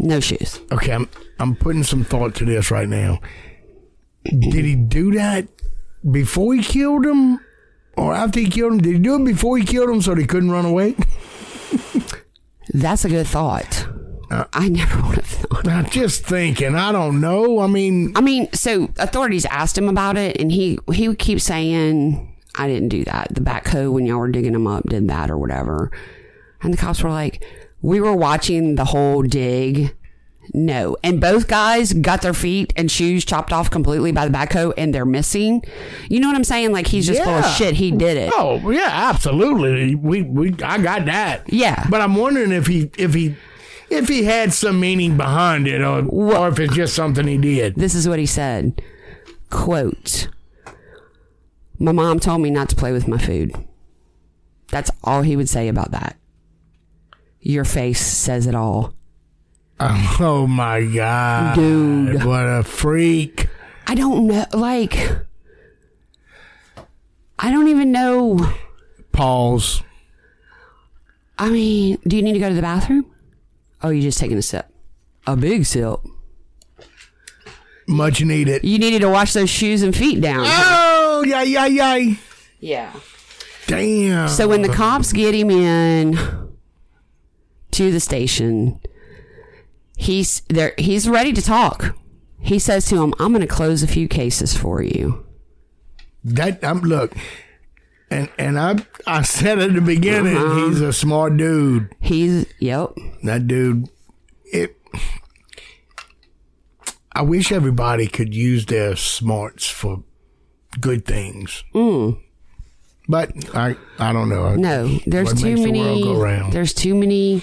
B: no shoes.
A: Okay, I'm I'm putting some thought to this right now. Did he do that before he killed him, or after he killed him? Did he do it before he killed him so they couldn't run away? <laughs>
B: That's a good thought. I never would have thought.
A: I'm just thinking. I don't know. I mean,
B: I mean, so authorities asked him about it, and he he would keep saying, "I didn't do that. The backhoe when y'all were digging him up did that, or whatever." And the cops were like, "We were watching the whole dig." No, and both guys got their feet and shoes chopped off completely by the backhoe, and they're missing. You know what I'm saying? Like he's just full of
A: Yeah.
B: shit. He did it.
A: oh yeah, absolutely. We we I got that.
B: Yeah.
A: but I'm wondering if he if he if he had some meaning behind it, or or if it's just something he did.
B: This is what he said. Quote My mom told me not to play with my food. That's all he would say about that. Your face says it all.
A: Oh my god,
B: Dude.
A: what a freak!
B: I don't know like I don't even know.
A: Pause.
B: I mean, do you need to go to the bathroom? Oh, you're just taking a sip. A big sip.
A: Much needed.
B: You needed to wash those shoes and feet down.
A: Oh, yay, yay, yay.
B: Yeah.
A: Damn.
B: So when the cops get him in to the station, he's there. He's ready to talk. He says to him, "I'm going to close a few cases for you."
A: that I'm look, and and I I said at the beginning
B: Uh-huh.
A: he's a smart dude.
B: He's yep.
A: That dude, it. I wish everybody could use their smarts for good things. But I I don't know.
B: Mm. No, there's
A: What
B: too
A: makes the
B: many.
A: world go round?
B: There's too many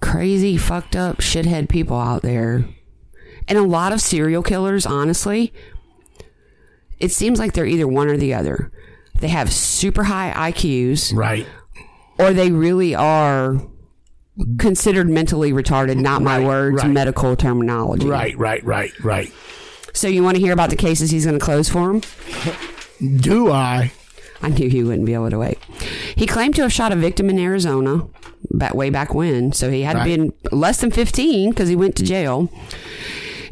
B: crazy, fucked up, shithead people out there, and a lot of serial killers. Honestly, it seems like they're either one or the other. They have super high IQs.
A: Right.
B: or they really are considered mentally retarded not my words
A: right.
B: medical terminology
A: Right, right, right, right.
B: so you want to hear about the cases he's going to close for him
A: Do I?
B: i knew he wouldn't be able to wait he claimed to have shot a victim in arizona back way back when so he had
A: Right.
B: been less than 15 because he went to jail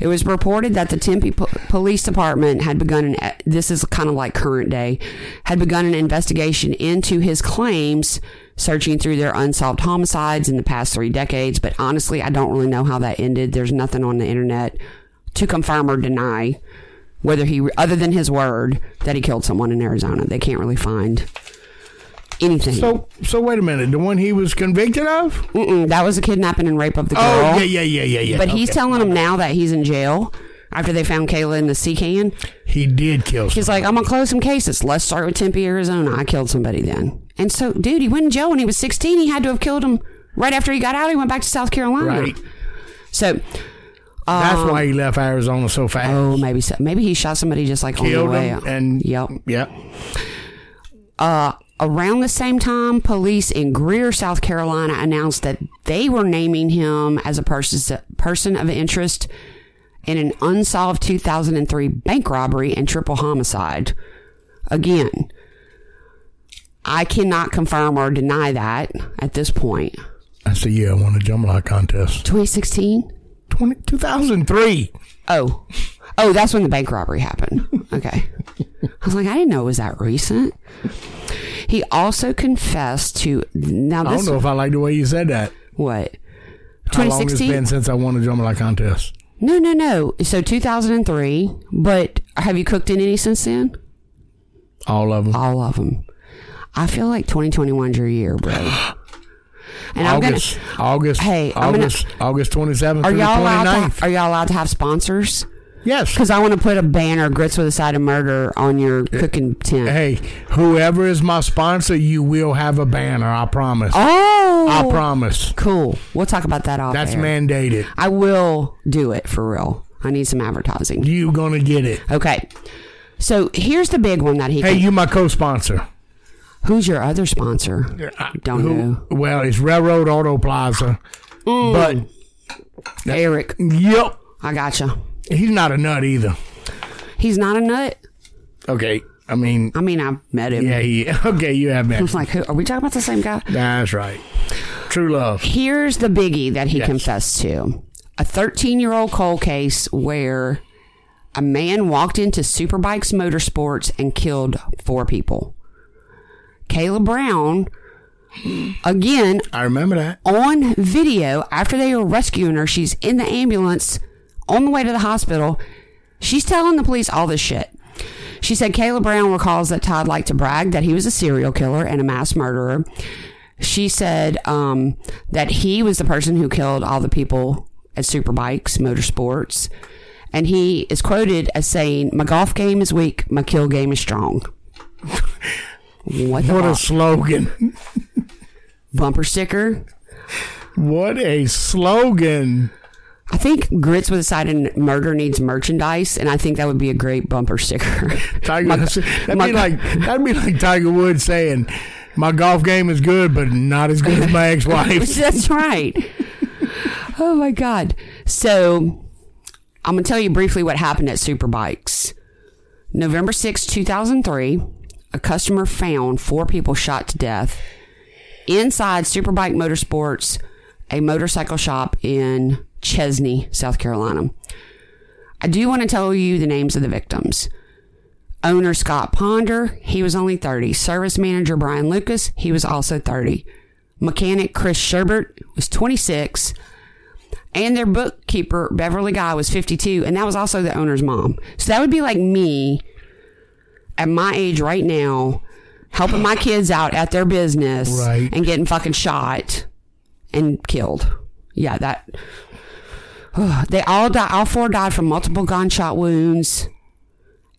B: it was reported that the tempe po- police department had begun an this is kind of like current day had begun an investigation into his claims searching through their unsolved homicides in the past three decades but honestly i don't really know how that ended there's nothing on the internet to confirm or deny whether he other than his word that he killed someone in arizona they can't really find anything
A: So so wait a minute. The one he was convicted of?
B: Mm-mm, that was a kidnapping and rape of the girl
A: Oh yeah yeah yeah yeah yeah.
B: but he's
A: Okay.
B: telling him now that he's in jail after they found Kayla in the sea can.
A: he did kill.
B: He's like, I'm gonna close some cases. Let's start with Tempe, Arizona. I killed somebody then. And so, dude, he went in jail when he was 16. He had to have killed him Right after he got out, he went back to South Carolina.
A: Right.
B: So um,
A: That's why he left Arizona so fast.
B: Oh, maybe so. Maybe he shot somebody just like on
A: Killed
B: the way
A: him
B: out.
A: and
B: yep.
A: yep.
B: Uh, around the same time, police in Greer, South Carolina, announced that they were naming him as a person person of interest in an unsolved 2003 bank robbery and triple homicide. Again, I cannot confirm or deny that at this point.
A: I said, yeah, I won a jambalaya contest.
B: 2016.
A: 20, 2003.
B: Oh, oh, that's when the bank robbery happened. Okay. I was like, I didn't know it was that recent. He also confessed to now
A: I don't
B: this
A: know if I like the way you said that.
B: what
A: How long it's been
B: 2016.
A: since I won a jambalaya contest?
B: No, no, no. So 2003. But have you cooked in any since then?
A: All of them.
B: All of them. I feel like 2021's your year,
A: <gasps>
B: bro. And I'm gonna.
A: August, August,
B: Hey, I'm gonna-
A: August, August 27th
B: Are
A: through the
B: y'all allowed?
A: 29th.
B: To, are y'all allowed to have sponsors?
A: yes.
B: Because I want to put a banner, grits with a side of murder, on your cooking tent.
A: Hey, whoever is my sponsor, you will have a banner. I promise.
B: Oh,
A: I promise.
B: Cool. We'll talk about that off.
A: That's
B: air.
A: mandated.
B: I will do it for real. I need some advertising.
A: You gonna get it.
B: Okay. So here's the big one that he.
A: Hey, you my co-sponsor.
B: who's your other sponsor?
A: uh,
B: Don't know.
A: Well, it's Railroad Auto Plaza,
B: Eric.
A: but yep,
B: I gotcha.
A: he's not a nut either.
B: He's not a nut.
A: Okay, I mean,
B: I mean, I met him.
A: yeah, he. <laughs> Okay, you have
B: I <laughs>
A: met.
B: was like, who, are we talking about the same guy?
A: That's right. True love.
B: Here's the biggie that he
A: Yes.
B: confessed to a 13 year old cold case where a man walked into Superbikes Motorsports and killed four people. Kayla Brown, again,
A: I remember that.
B: on video after they were rescuing her. She's in the ambulance on the way to the hospital. She's telling the police all this shit. She said Kayla Brown recalls that Todd liked to brag that he was a serial killer and a mass murderer. She said um, that he was the person who killed all the people at Superbikes Motorsports. And he is quoted as saying, My golf game is weak, my kill game is strong. <laughs> what the
A: What a
B: fuck?
A: slogan.
B: bumper sticker?
A: What a slogan.
B: I think grits with a side and murder needs merchandise, and I think that would be a great bumper sticker.
A: <laughs> Tiger,
B: My-
A: that'd
B: my-
A: be like that'd be like Tiger Woods saying, "My golf game is good, but not as good as my
B: <laughs>
A: ex-wife."
B: <laughs>
A: <laughs>
B: That's right. oh my god! So I'm gonna tell you briefly what happened at Superbikes. November sixth, two 2003, a customer found four people shot to death inside Superbike Motorsports, a motorcycle shop in Chesney, South Carolina. I do want to tell you the names of the victims. Owner Scott Ponder, he was only 30. Service manager Brian Lucas, he was also 30. Mechanic Chris Sherbert was 26. And their bookkeeper, Beverly Guy, was 52. And that was also the owner's mom. So that would be like me at my age right now, helping my kids out at their business
A: Right.
B: and getting fucking shot and killed. Yeah, that. <sighs> they all died. All four died from multiple gunshot wounds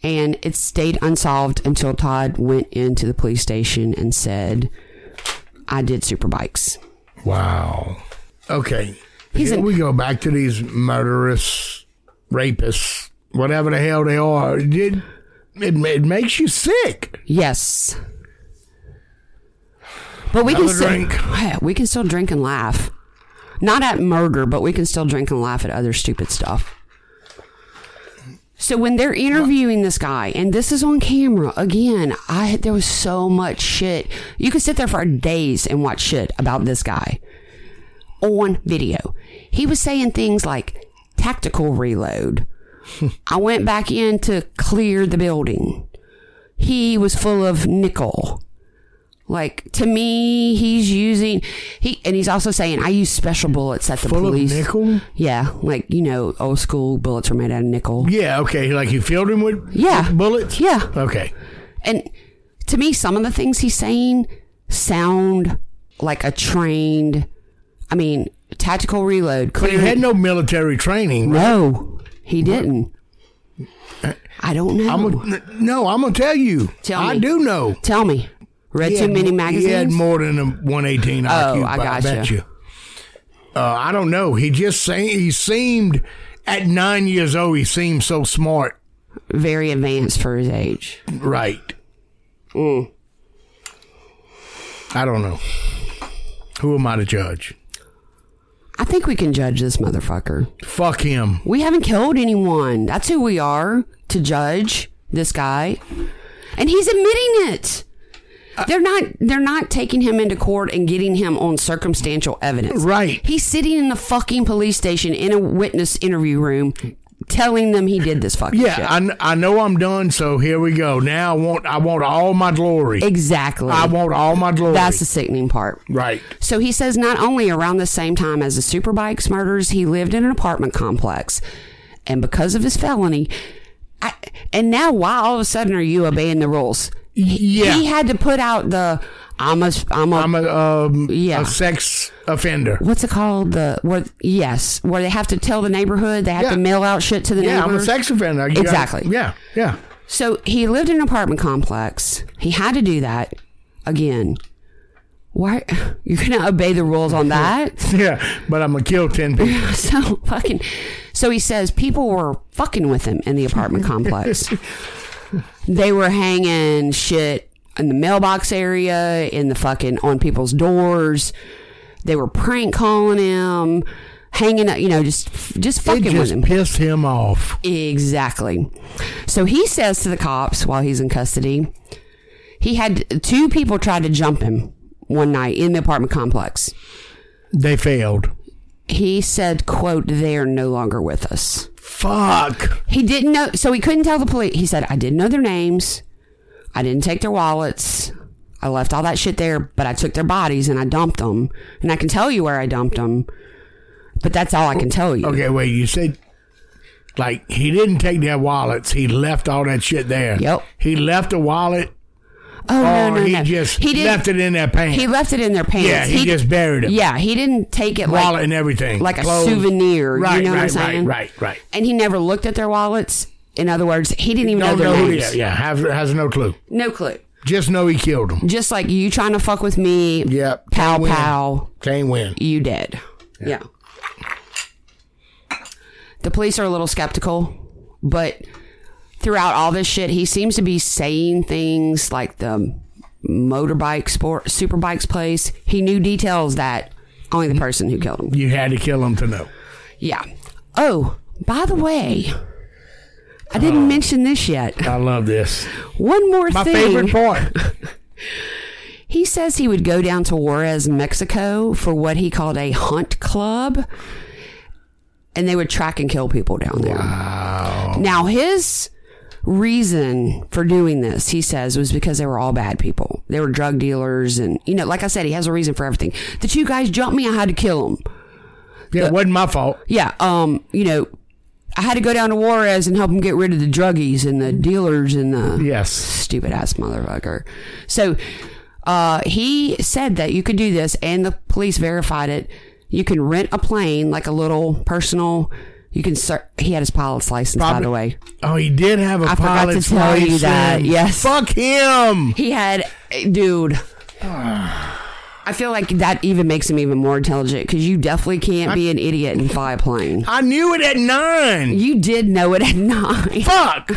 B: and it stayed unsolved until Todd went into the police station and said, "I did superbikes."
A: Wow. Okay.
B: He's
A: Here
B: an-
A: we go back to these murderous rapists, whatever the hell they are. It, it, it makes you sick.
B: Yes, but we can
A: Another
B: still <sighs>
A: drink.
B: we can still drink and laugh, not at murder, but we can still drink and laugh at other stupid stuff. So when they're interviewing this guy, and this is on camera again, I there was so much shit. You could sit there for days and watch shit about this guy. on video. He was saying things like tactical
A: <laughs>
B: reload. I went back in to clear the building. He was full of nickel. Like to me, he's using he and he's also saying I use special bullets at the
A: Full
B: police.
A: of nickel?
B: Yeah, like you know, old school bullets are made out of nickel.
A: Yeah, okay. Like you filled him with
B: Yeah.
A: with bullets?
B: Yeah.
A: Okay.
B: And to me, some of the things he's saying sound like a trained. I mean, tactical reload.
A: But he
B: clear-
A: had no military training. right?
B: No, he didn't. I don't know.
A: I'm a, no, I'm going to tell you.
B: Tell
A: I
B: me.
A: do know.
B: Tell me. Read
A: He
B: too
A: had
B: many
A: mo- He had
B: magazines. Oh,
A: more than a 118 IQ,
B: I
A: I,
B: gotcha.
A: bet you. Uh, I don't know. He just se- he seemed at nine years old. He seemed so smart.
B: Very advanced for his age.
A: Right.
B: Mm.
A: I don't know. Who am I to judge?
B: I think we can judge this motherfucker.
A: Fuck him.
B: We haven't killed anyone. That's who we are to judge this guy. And he's admitting it.
A: Uh,
B: They're not they're not taking him into court and getting him on circumstantial evidence.
A: Right.
B: He's sitting in the fucking police station in a witness interview room telling them he did this fucking
A: Yeah,
B: shit.
A: I, kn- I know I'm done. So here we go. Now I want I want all my glory.
B: exactly.
A: I want all my glory.
B: That's the sickening part.
A: right.
B: So he says not only around the same time as the Superbikes murders, he lived in an apartment complex. And because of his felony, I, and now why all of a sudden are you obeying the rules?
A: Yeah.
B: He had to put out the I'm a I'm a
A: I'm a um,
B: Yeah.
A: a sex offender.
B: what's it called the where yes where they have to tell the neighborhood they have
A: Yeah.
B: to mail out shit to the
A: Yeah, I'm a
B: neighbors.
A: sex offender. You gotta-
B: Exactly.
A: yeah, yeah.
B: So he lived in an apartment complex. He had to do that again. Why <laughs> you're gonna obey the
A: <laughs>
B: rules on that?
A: Yeah, but I'm gonna kill ten people.
B: <laughs> so fucking so he says people were fucking with him in the apartment complex they were hanging shit in the mailbox area in the fucking on people's doors they were prank calling him hanging out you know just just
A: It
B: fucking with
A: just
B: him
A: pissed him off.
B: Exactly. So he says to the cops while he's in custody, he had two people try to jump him one night in the apartment complex.
A: They failed.
B: He said, quote, they are no longer with us.
A: Fuck.
B: He didn't know, so he couldn't tell the police. He said, I didn't know their names. I didn't take their wallets. I left all that shit there, but I took their bodies and I dumped them. And I can tell you where I dumped them, but that's all I can tell you.
A: Okay, wait. You said like he didn't take their wallets. He left all that shit there.
B: Yep.
A: He left a wallet,
B: Oh,
A: or
B: no, no,
A: he
B: no.
A: just
B: he didn't-
A: left it in their pants.
B: He left it in their pants.
A: yeah, he, just buried it.
B: Yeah, he didn't take it
A: wallet
B: like,
A: and everything,
B: like a
A: Clothes.
B: souvenir.
A: Right,
B: you know
A: right,
B: what I'm saying?
A: right, right, right.
B: And he never looked at their wallets. In other words, he didn't even know
A: Don't
B: their
A: know who.
B: names.
A: Yeah, yeah. Have, has no clue.
B: No clue.
A: Just know he killed him.
B: Just like you trying to fuck with me.
A: Yep.
B: Pow
A: Can't win.
B: pow.
A: Can't win.
B: You dead. Yeah. The police are a little skeptical, but throughout all this shit, he seems to be saying things like the motorbike sport superbikes place. He knew details that only the person who killed him
A: You had to kill him to know.
B: Yeah. Oh, by the way, I didn't mention this yet.
A: I love this.
B: One more
A: Uh-huh. My
B: thing.
A: favorite
B: <laughs>
A: part.
B: He says he would go down to Juarez, Mexico for what he called a hunt club. And they would track and kill people down there. Now, his reason for doing this, he says, was because they were all bad people. They were drug dealers. And, you know, like I said, he has a reason for everything. The two guys jumped me, I had to kill them.
A: Yeah, it wasn't my fault.
B: yeah, um, you know, I had to go down to Juarez and help him get rid of the druggies and the dealers and the
A: Yes.
B: stupid ass motherfucker. So uh, he said that you could do this, and the police verified it. You can rent a plane, like a little personal. You can. Ser- he had his pilot's license, by
A: Probably-
B: the way.
A: Oh, he did have a
B: I forgot to
A: pilot's
B: tell you
A: license.
B: that, yes.
A: Fuck him.
B: He had, eh, dude. <sighs> I feel like that even makes him even more intelligent because you definitely can't be an idiot and fly a plane.
A: I knew it at nine.
B: You did know it at <laughs> nine.
A: Fuck.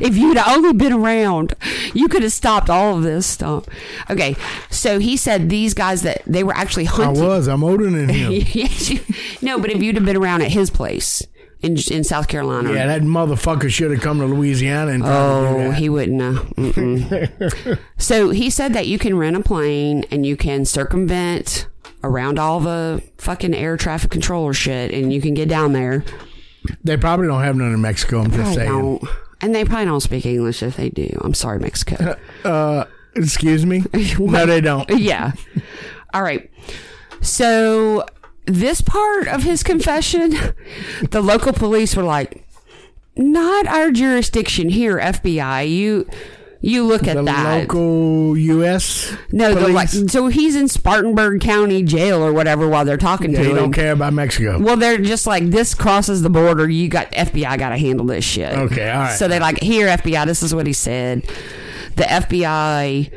B: if you'd only been around, you could have stopped all of this stuff. Okay, so he said these guys that they were actually
A: I
B: hunting.
A: was. I'm older than
B: <laughs>
A: him.
B: Yes, you- no, but if you'd have been around at his place in in South Carolina,
A: yeah, that motherfucker should have come to Louisiana and tried to do
B: oh,
A: that.
B: he wouldn't. Uh,
A: <laughs>
B: mm-mm. so he said that you can rent a plane and you can circumvent around all the fucking air traffic controller shit, and you can get down there.
A: They probably don't have none in Mexico. I'm just
B: I
A: saying.
B: don't. And they probably don't speak English. If they do, I'm sorry, Mexico.
A: <laughs>
B: <laughs>
A: Uh, excuse me. no, they don't.
B: yeah. All right. So this part of his confession, <laughs> the local police were like, "Not our jurisdiction here, FBI. You, you look at
A: The
B: that.
A: local U.S.
B: no, they're like,
A: police,
B: so he's in Spartanburg County Jail or whatever while they're talking
A: they
B: to him.
A: don't care about Mexico.
B: Well, they're just like this crosses the border. You got FBI got to handle this shit.
A: Okay, all right.
B: So they like here FBI. This is what he said. The FBI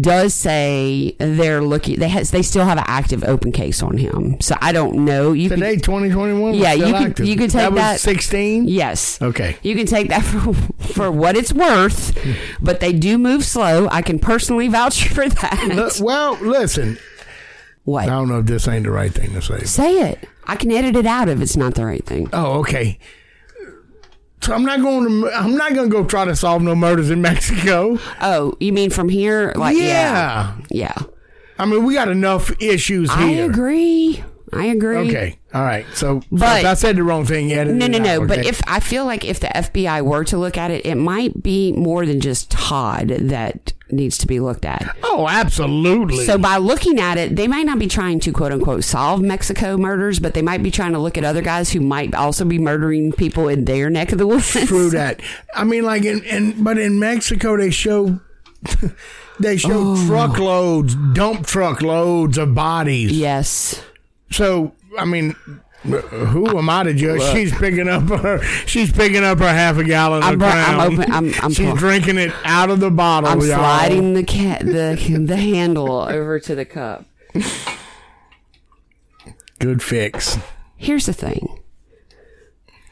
B: does say they're looking. They has they still have an active open case on him. So I don't know. You could-
A: Today, 2021. was
B: Yeah,
A: still
B: you can-
A: active.
B: you can take
A: that.
B: that-
A: was 16.
B: yes.
A: Okay.
B: You can take that <laughs> for, for what it's worth, but they do move slow. I can personally vouch for that.
A: L- Uh, well, listen. I
B: what?
A: don't know if this ain't the right thing to say.
B: Say it. I can edit it out if it's not the right thing.
A: Oh, okay. So I'm not going to. I'm not going to go try to solve no murders in Mexico.
B: Oh, you mean from here? Like yeah,
A: yeah.
B: yeah.
A: I mean, we got enough issues
B: I
A: here.
B: agree. I agree.
A: Okay. All right. So, so
B: But-
A: if I said the wrong thing. Edit
B: No,
A: it
B: no,
A: out,
B: no. But
A: okay?
B: if I feel like if the FBI were to look at it, it might be more than just Todd that needs to be looked at.
A: oh, absolutely.
B: So by looking at it, they might not be trying to quote unquote solve Mexico murders, but they might be trying to look at other guys who might also be murdering people in their neck of the woods.
A: True that. I mean, like in, in but in Mexico they show <laughs> they show
B: Oh.
A: truckloads, dump truckloads of bodies.
B: Yes.
A: So I mean, who am I to judge? She's picking up her she's picking up her half a gallon
B: I'm
A: of
B: br-
A: Crown.
B: I'm open- I'm- I'm
A: she's
B: pl-
A: drinking it out of the bottle.
B: I'm
A: y'all.
B: sliding the cat the the handle over to the cup.
A: Good fix.
B: Here's the thing.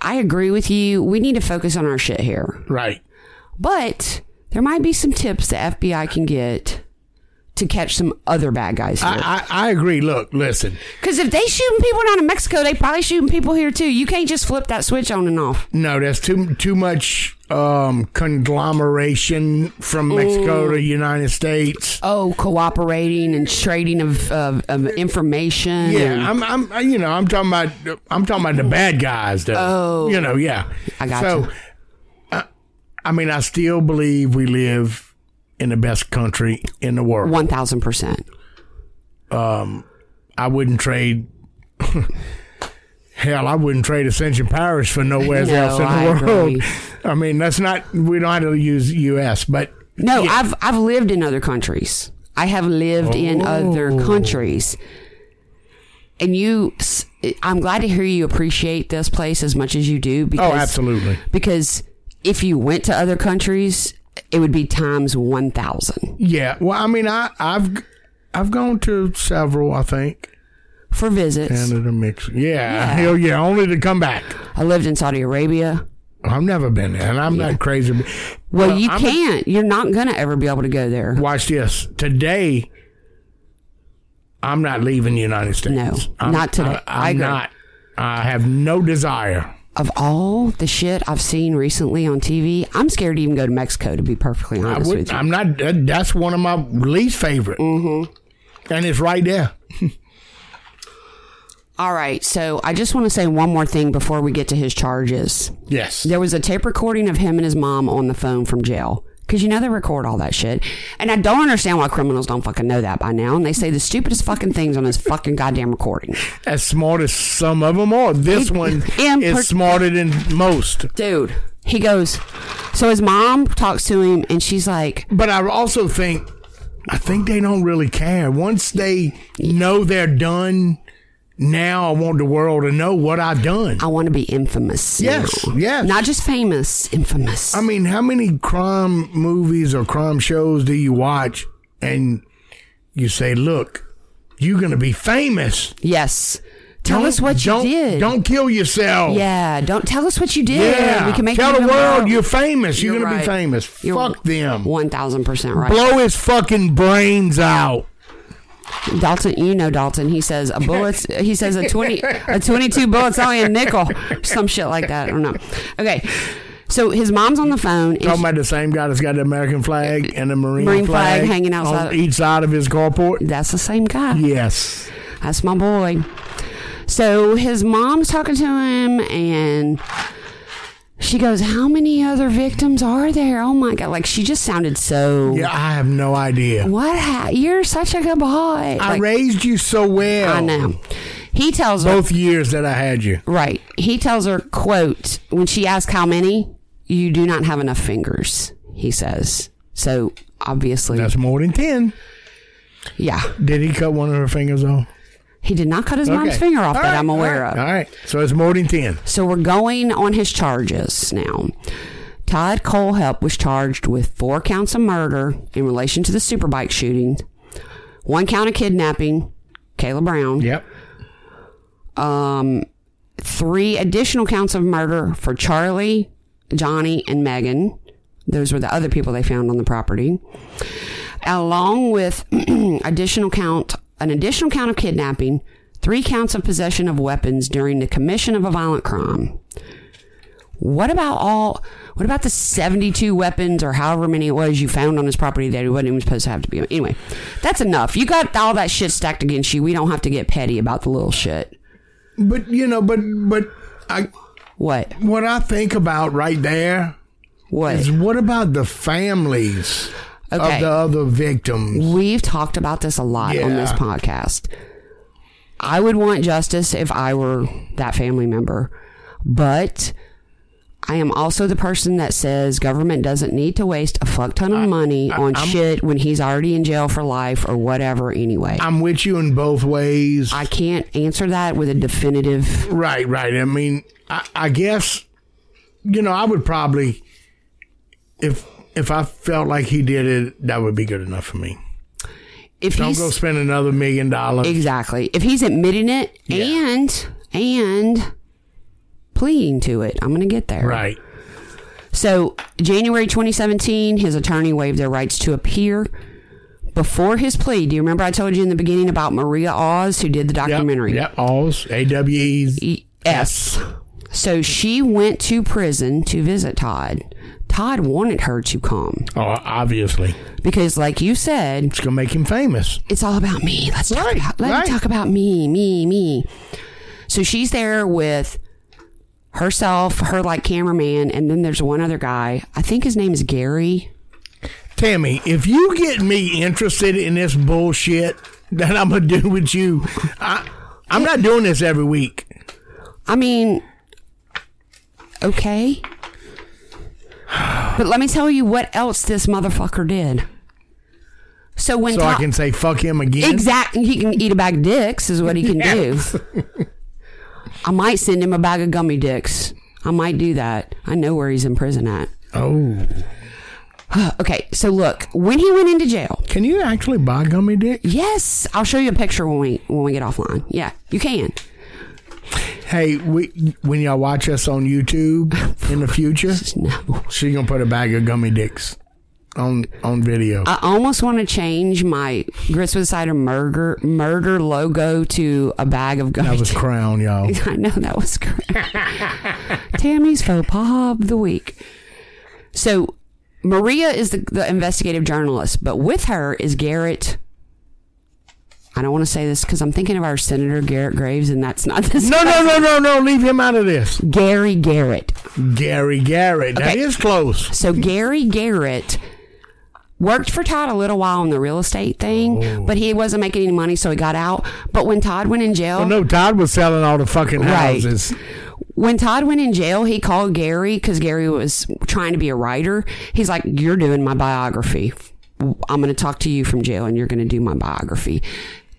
B: I agree with you. We need to focus on our shit here.
A: Right.
B: But there might be some tips the FBI can get to catch some other bad guys here.
A: I, I I agree. Look, listen.
B: Because if they shooting people down in Mexico, they probably shooting people here too. You can't just flip that switch on and off.
A: No, that's too too much um, conglomeration from Mexico to United States.
B: Oh, cooperating and trading of, of, of information. and-
A: Yeah, I'm, I'm, I- you know, I'm talking about, I'm talking about the bad guys, though.
B: Oh.
A: you know, yeah.
B: I gotcha.
A: So, I- I mean, I still believe we live in the best country in the world.
B: one thousand percent.
A: I wouldn't trade. <laughs> Hell, I wouldn't trade Ascension Parish for nowhere
B: No,
A: else in the
B: I
A: world.
B: agree.
A: I mean, that's not. We don't have to use U.S., but
B: No, I've I've lived in other countries. I have lived in other
A: Oh.
B: countries. And you, s- I'm glad to hear you appreciate this place as much as you do. Because
A: oh, absolutely.
B: because if you went to other countries, it would be times 1,000
A: Yeah. Well, I mean, I, I've, I've gone to several. I think
B: for visits.
A: Canada, Mexico.
B: Yeah.
A: yeah. Hell yeah. Only to come back.
B: I lived in Saudi Arabia.
A: I've never been there, and I'm not crazy. ab-
B: Well, you
A: I'm a-
B: can't. You're not going to ever be able to go there.
A: Watch this. Today, I'm not leaving the United States.
B: No,
A: I'm,
B: not today.
A: I,
B: I
A: am
B: agree.
A: not. I have no desire.
B: Of all the shit I've seen recently on TV, I'm scared to even go to Mexico, to be perfectly
A: I
B: honest with
A: would,
B: you.
A: I'm not. that- That's one of my least favorite. Mm-hmm. And it's right there.
B: All right. So I just want to say one more thing before we get to his charges.
A: Yes.
B: There was a tape recording of him and his mom on the phone from jail. Because you know they record all that shit. And I don't understand why criminals don't fucking know that by now. And they say the stupidest fucking things on this fucking goddamn recording.
A: As smart as some of them are, this
B: It-
A: one
B: in
A: is
B: per-
A: smarter than most.
B: Dude, he goes, so his mom talks to him and she's like,
A: But I also think, I think they don't really care. Once they know they're done, now I want the world to know what I've done.
B: I want to be infamous.
A: Yes,
B: now."
A: yes.
B: Not just famous, infamous.
A: I mean, how many crime movies or crime shows do you watch and you say, look, you're going to be famous?
B: yes. Tell
A: Don't-
B: us what you
A: don't-
B: did.
A: Don't kill yourself.
B: Yeah, don't tell us what you did.
A: Yeah.
B: We can make
A: Tell
B: you
A: the
B: even
A: world
B: more-
A: you're famous. You're,
B: You're
A: going
B: right.
A: to be famous.
B: You're
A: Fuck them.
B: 1000% right.
A: Blow his fucking brains out.
B: Dalton, you know Dalton. He says a bullet. He says a twenty, a twenty-two bullets only a nickel, some shit like that. I don't know. Okay, so his mom's on the phone. And
A: Talking
B: she-
A: about the same guy that's got the American flag and the Marine,
B: Marine flag hanging outside of-
A: on each side of his carport.
B: that's the same guy.
A: Mm-hmm. Yes.
B: That's my boy. So his mom's talking to him, and she goes, "How many other victims are there? Oh my god!" Like she just sounded so.
A: Yeah, I have no idea.
B: What? Ha- you're such a good boy.
A: I
B: Like,
A: raised you so well.
B: I know. He tells her.
A: Both years that I had you.
B: Right. He tells her, quote, when she asks how many, you do not have enough fingers, he says. So obviously,
A: That's more than 10.
B: yeah.
A: Did he cut one of her fingers off?
B: He did not cut his mom's
A: Okay.
B: finger off
A: All
B: that
A: right,
B: I'm aware
A: all right,
B: of.
A: All right. So it's more than 10.
B: So we're going on his charges now. Todd Colehelp was charged with four counts of murder in relation to the Superbike shooting, one count of kidnapping, Kayla Brown,
A: Yep.
B: um, three additional counts of murder for Charlie, Johnny, and Megan. Those were the other people they found on the property, along with <clears throat> additional count, an additional count of kidnapping, three counts of possession of weapons during the commission of a violent crime. What about all? What about the seventy-two weapons or however many it was you found on his property that he wasn't even supposed to have to be? Anyway, that's enough. You got all that shit stacked against you. We don't have to get petty about the little shit.
A: But you know, but but I
B: What?
A: what I think about right there
B: What?
A: is what about the families
B: Okay.
A: of the other victims?
B: We've talked about this a lot on this
A: Yeah.
B: podcast. I would want justice if I were that family member, but I am also the person that says government doesn't need to waste a fuck ton of money on shit when he's already in jail for life or whatever anyway.
A: I'm with you in both ways.
B: I can't answer that with a definitive.
A: right, right. I mean, I, I guess you know, I would probably if if I felt like he did it, that would be good enough for me.
B: If
A: Don't
B: he's
A: go spend another million dollars.
B: Exactly. If he's admitting it
A: Yeah.
B: and and pleading to it, I'm going to get there.
A: Right.
B: So, January 2017, his attorney waived their rights to appear before his plea. Do you remember I told you in the beginning about Maria Oz who did the documentary?
A: Yep. yep. Alls. AWEs.
B: E- S. So she went to prison to visit Todd. Todd wanted her to come
A: Oh, obviously.
B: because, like you said,
A: It's going to make him famous.
B: it's all about me. Let's talk
A: Right,
B: about let
A: right.
B: me talk about me, me, me. So she's there with herself, her like cameraman, and then there's one other guy. I think his name is Gary.
A: Tammy, if you get me interested in this bullshit that I'm going to do with you, I, I'm not doing this every week.
B: I mean, okay. But let me tell you what else this motherfucker did. So when
A: So I
B: Todd-
A: can say fuck him again.
B: Exactly. He can eat a bag of dicks, is what he can do. <laughs> I might send him a bag of gummy dicks. I might do that. I know where he's in prison at. Uh,
A: Oh.
B: Okay, so look, when he went into jail,
A: Can you actually buy gummy dick?
B: yes, I'll show you a picture when we when we get offline. Yeah, you can.
A: Hey, we, when y'all watch us on YouTube in the future,
B: No.
A: she going to put a bag of gummy dicks on on video.
B: I almost want to change my grits with cider murder murder logo to a bag of gummy
A: that was
B: <laughs> dicks.
A: crown, y'all.
B: I know that was correct. <laughs> Tammy's faux pas of the week. So Maria is the, the investigative journalist, but with her is Garrett. I don't want to say this because I'm thinking of our Senator Garrett Graves, and that's not this.
A: No, no, no, no, no. Leave him out of this.
B: Gary Garrett.
A: Gary Garrett. That
B: Okay.
A: is close.
B: So Gary Garrett worked for Todd a little while on the real estate thing, but he wasn't making any money, so he got out. But when Todd went in jail,
A: Well, Oh, no, Todd was selling all the fucking
B: Right.
A: houses.
B: when Todd went in jail, he called Gary because Gary was trying to be a writer. He's like, You're doing my biography. I'm going to talk to you from jail and you're going to do my biography.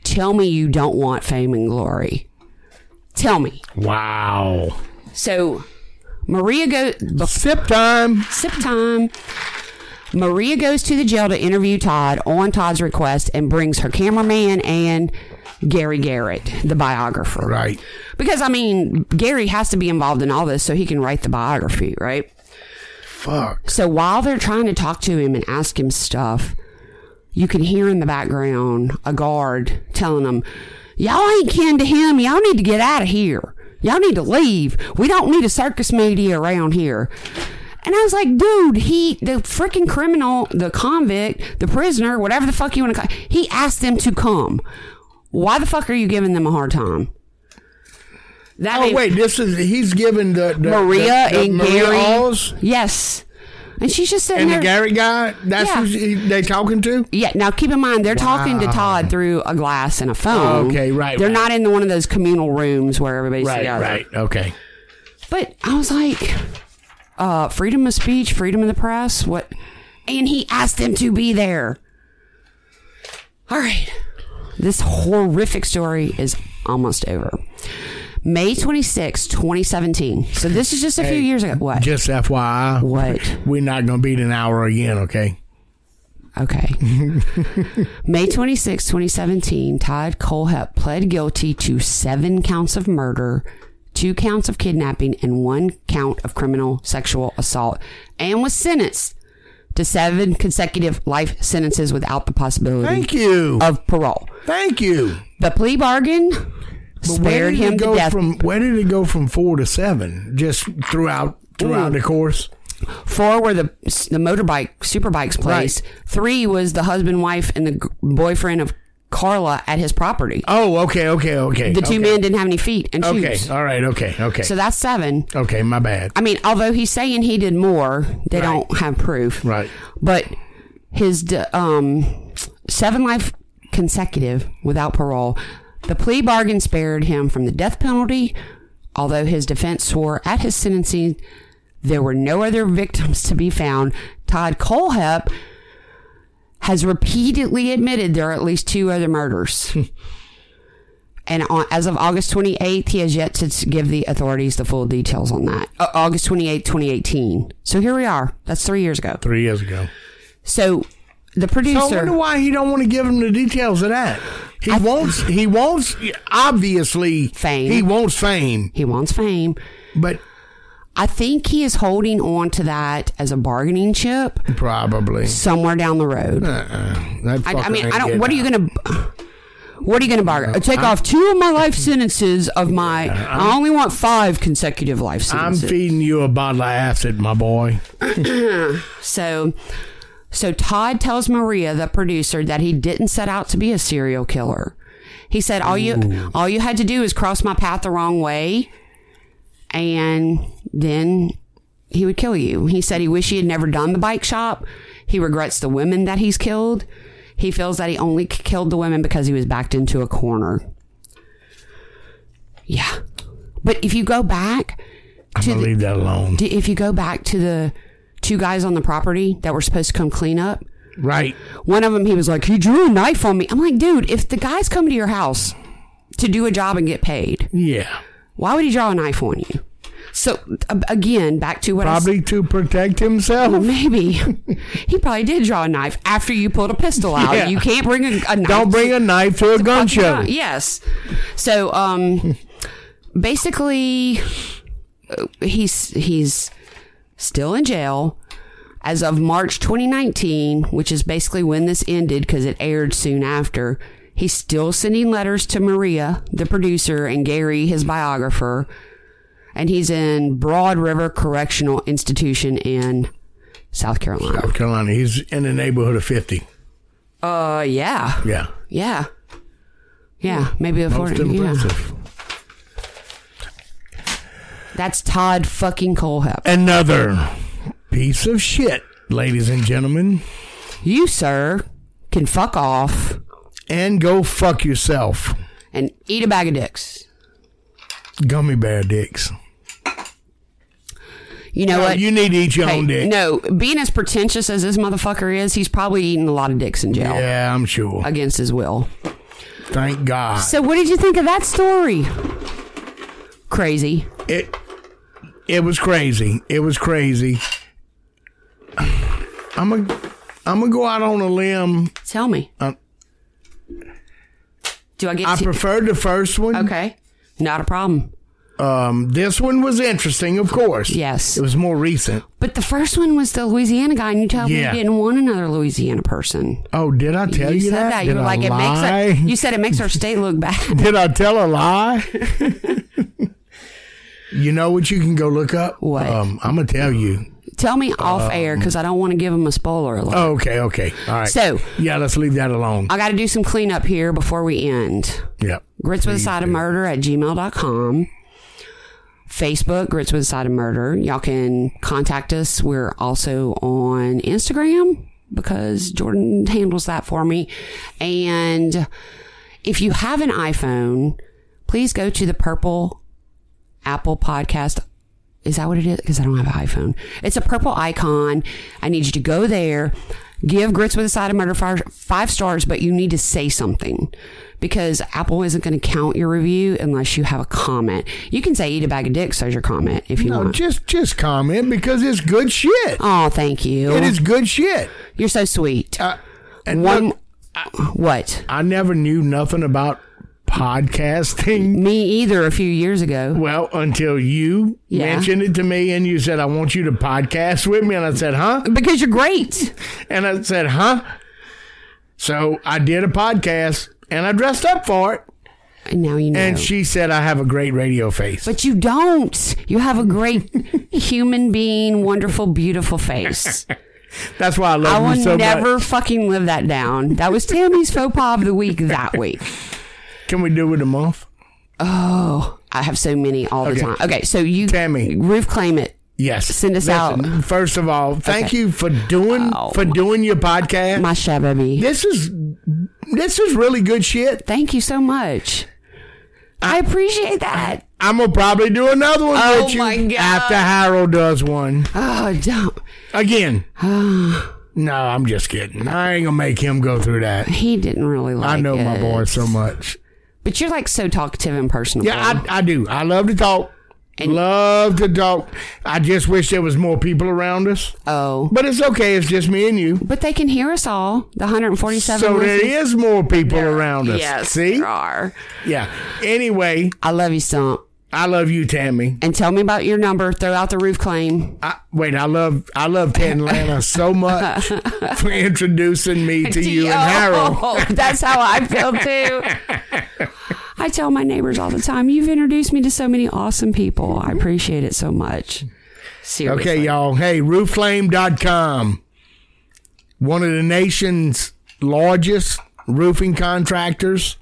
B: Tell me you don't want fame and glory. Tell me.
A: Wow.
B: So Maria goes,
A: Sip time.
B: sip time. Maria goes to the jail to interview Todd on Todd's request and brings her cameraman and Gary Garrett, the biographer.
A: Right.
B: Because, I mean, Gary has to be involved in all this so he can write the biography, right?
A: Fuck.
B: So while they're trying to talk to him and ask him stuff, you can hear in the background a guard telling them, Y'all ain't kin to him. Y'all need to get out of here. Y'all need to leave. We don't need a circus media around here. And I was like, dude, he, the freaking criminal, the convict, the prisoner, whatever the fuck you want to call, he asked them to come. Why the fuck are you giving them a hard time? That
A: Oh
B: made-
A: wait, this is he's giving the, the
B: Maria
A: the- the
B: and
A: Maria
B: Gary.
A: Alls
B: Yes. And she's just sitting
A: and
B: there.
A: the Gary guy. That's
B: Yeah.
A: who she- they talking to.
B: Yeah. Now, keep in mind, they're talking to Todd through a glass and a phone.
A: Okay, right,
B: They're
A: right.
B: not in one of those communal rooms where everybody's
A: Right.
B: together.
A: Right. Okay.
B: But I was like, uh, freedom of speech, freedom of the press. What? And he asked them to be there. All right. This horrific story is almost over. May 26, 2017. So this is just a few years ago. What?
A: Just FYI,
B: what?
A: we're not going to beat an hour again, okay? <laughs>
B: Okay. May 26, 2017, Todd Colehep pled guilty to seven counts of murder, two counts of kidnapping, and one count of criminal sexual assault, and was sentenced to seven consecutive life sentences without the possibility
A: Thank you.
B: of parole.
A: Thank you.
B: The plea bargain
A: But where
B: spared
A: did it
B: him
A: go
B: to death
A: From, where did it go from four to seven? Just throughout throughout the course?
B: Four were the the motorbike superbikes place. Three was the husband, wife, and the g- boyfriend of Carla at his property.
A: Oh, okay, okay, okay.
B: The two
A: okay.
B: men didn't have any feet and shoes.
A: Okay, all right, okay, okay.
B: So that's seven.
A: okay, my bad.
B: I mean, although he's saying he did more, they don't have proof.
A: Right.
B: But his d- um, seven life consecutive without parole. The plea bargain spared him from the death penalty, although his defense swore at his sentencing there were no other victims to be found. Todd Colehep has repeatedly admitted there are at least two other murders. And on, as of August 28th, he has yet to s- give the authorities the full details on that. Uh, August 28th, 2018. So here we are. That's three years ago.
A: Three years ago.
B: So the
A: So I
B: producer.
A: wonder why he don't want to give him the details of that. He wants. He wants. Obviously,
B: Fame.
A: He wants fame,
B: he wants fame.
A: but
B: I think he is holding on to that as a bargaining chip
A: probably.
B: somewhere down the road. I, I mean, I don't. What are you going to? What are you going to bargain? Take off two of my life sentences of my. I only want five consecutive life
A: I'm
B: sentences.
A: feeding you a bottle of acid, my boy.
B: so, so Todd tells Maria, the producer, that he didn't set out to be a serial killer. He said all you all you had to do is cross my path the wrong way, and then he would kill you. He said he wished he had never done the bike shop. He regrets the women that he's killed. He feels that he only k- killed the women because he was backed into a corner. Yeah. But if you go back
A: I'm
B: to
A: gonna
B: the,
A: leave that alone.
B: do- if you go back to the two guys on the property that were supposed to come clean up,
A: Right.
B: one of them he was like, "He drew a knife on me." I'm like, "Dude, if the guy's come to your house to do a job and get paid,
A: Yeah.
B: why would he draw a knife on you?" So a- again, back to what I s-
A: Probably to protect
B: well,
A: himself.
B: maybe <laughs> he probably did draw a knife after you pulled a pistol out.
A: Yeah.
B: You can't bring a, a knife.
A: Don't bring a knife to a gun
B: fucking
A: show.
B: gun. Yes.
A: <laughs>
B: So, um, basically, uh, he's he's still in jail as of March 2019, which is basically when this ended because it aired soon after. He's still sending letters to Maria, the producer, and Gary, his biographer, and he's in Broad River Correctional Institution in South Carolina.
A: South Carolina. He's in the neighborhood of fifty.
B: Uh, yeah,
A: Yeah.
B: yeah, yeah, maybe a
A: Most
B: 40, yeah.
A: impressive.
B: That's Todd fucking Colehep.
A: Another piece of shit, ladies and gentlemen.
B: You, sir, can fuck off
A: And go fuck yourself.
B: and eat a bag of dicks.
A: Gummy bear dicks.
B: You know
A: No,
B: what?
A: you need to eat your
B: Hey,
A: own dick.
B: No, being as pretentious as this motherfucker is, he's probably eating a lot of dicks in jail
A: Yeah, I'm sure.
B: against his will.
A: Thank God.
B: So, what did you think of that story? Crazy.
A: it it was crazy. It was crazy. <sighs> I'm a I'm gonna go out on a limb.
B: Tell me.
A: Um,
B: Do I get
A: I
B: to-
A: preferred the first one.
B: Okay. Not a problem.
A: Um, this one was interesting, of course.
B: Yes.
A: it was more recent.
B: But the first one was the Louisiana guy, and you told
A: Yeah.
B: me you didn't want another Louisiana person.
A: Oh, did I tell you,
B: said that.
A: Did
B: You were
A: I
B: like,
A: lie?
B: it makes
A: <laughs>
B: our, you said it makes our state look bad. <laughs>
A: Did I tell a lie? <laughs> you know what? You can go look up.
B: What?
A: Um, I'm gonna tell you.
B: Tell me off air because I don't want to give him a spoiler alert.
A: Uh, Oh, okay, okay, all right.
B: So-
A: yeah, let's leave that alone.
B: I got to do some cleanup here before we end.
A: yep.
B: Grits with a side of murder at gmail.com. Facebook, Grits with a side of murder. Y'all can contact us. We're also on Instagram because Jordan handles that for me. And if you have an iPhone, please go to the purple Apple podcast. Is that what it is? Because I don't have an iPhone. It's a purple icon. I need you to go there, give Grits with a Side of Murder five, five stars, but you need to say something because Apple isn't going to count your review unless you have a comment. You can say eat a bag of dicks as your comment if you
A: No,
B: want.
A: just just comment because it's good shit.
B: oh, thank you.
A: It is good shit.
B: You're so sweet.
A: Uh, and
B: One.
A: look,
B: what?
A: I never knew nothing about podcasting.
B: Me either. A few years ago.
A: Well, until you
B: Yeah.
A: mentioned it to me and you said, I want you to podcast with me. And I said, huh?
B: Because you're great.
A: And I said, huh? So I did a podcast and I dressed up for it.
B: And now you know.
A: And she said, I have a great radio face.
B: But you don't. You have
A: <laughs>
B: a great human being, wonderful, beautiful face.
A: That's why I
B: I
A: love
B: will
A: you so
B: never
A: much.
B: fucking live that down. That was Tammy's faux pas of the week that week.
A: Can we do it a month?
B: Oh, I have so many all the
A: Okay.
B: time. Okay, so you
A: Tammy.
B: roof claim it.
A: Yes.
B: Send us out.
A: First of all, thank
B: Okay.
A: you for doing
B: Oh.
A: for doing your podcast.
B: My shabby.
A: this is this is really good shit.
B: Thank you so much. I appreciate that.
A: I'm gonna probably do another one
B: Oh
A: with you
B: my God.
A: after Harold does <sighs> one
B: Oh, don't.
A: again. <sighs> no, I'm just kidding. I ain't gonna make him go through that.
B: He didn't really like
A: I know my
B: it.
A: boy so much.
B: But you're like so talkative and personable.
A: Yeah, I, I do. I love to talk. love to talk. I just wish there was more people around us,
B: oh.
A: but it's okay. It's just me and you.
B: But they can hear us all. The 147.
A: So there
B: listeners.
A: is more people around us.
B: Yes,
A: See?
B: there are.
A: Yeah. Anyway,
B: I love you, Stump.
A: I love you, Tammy.
B: And tell me about your number. Throw out the roof claim.
A: I, wait, I love I love Atlanta so much for introducing me to you and Harold.
B: <laughs> Oh, That's how I feel too. I tell my neighbors all the time, you've introduced me to so many awesome people. I appreciate it so much. Seriously.
A: Okay, y'all. Hey, roofflame.com. One of the nation's largest roofing contractors,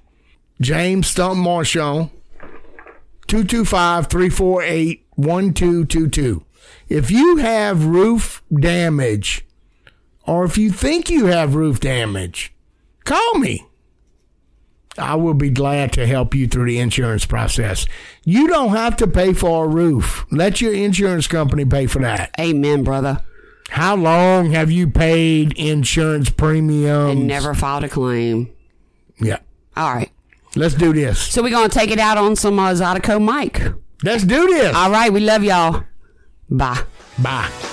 A: James Stump Marshall, 225-348-1222. If you have roof damage or if you think you have roof damage, call me. I will be glad to help you through the insurance process. You don't have to pay for a roof. Let your insurance company pay for that.
B: Amen, brother.
A: How long have you paid insurance premiums?
B: And never filed a claim.
A: Yeah.
B: All right.
A: Let's do this.
B: So we're going to take it out on some uh, Zydeco Mike.
A: Let's do this.
B: All right. We love y'all. Bye.
A: Bye.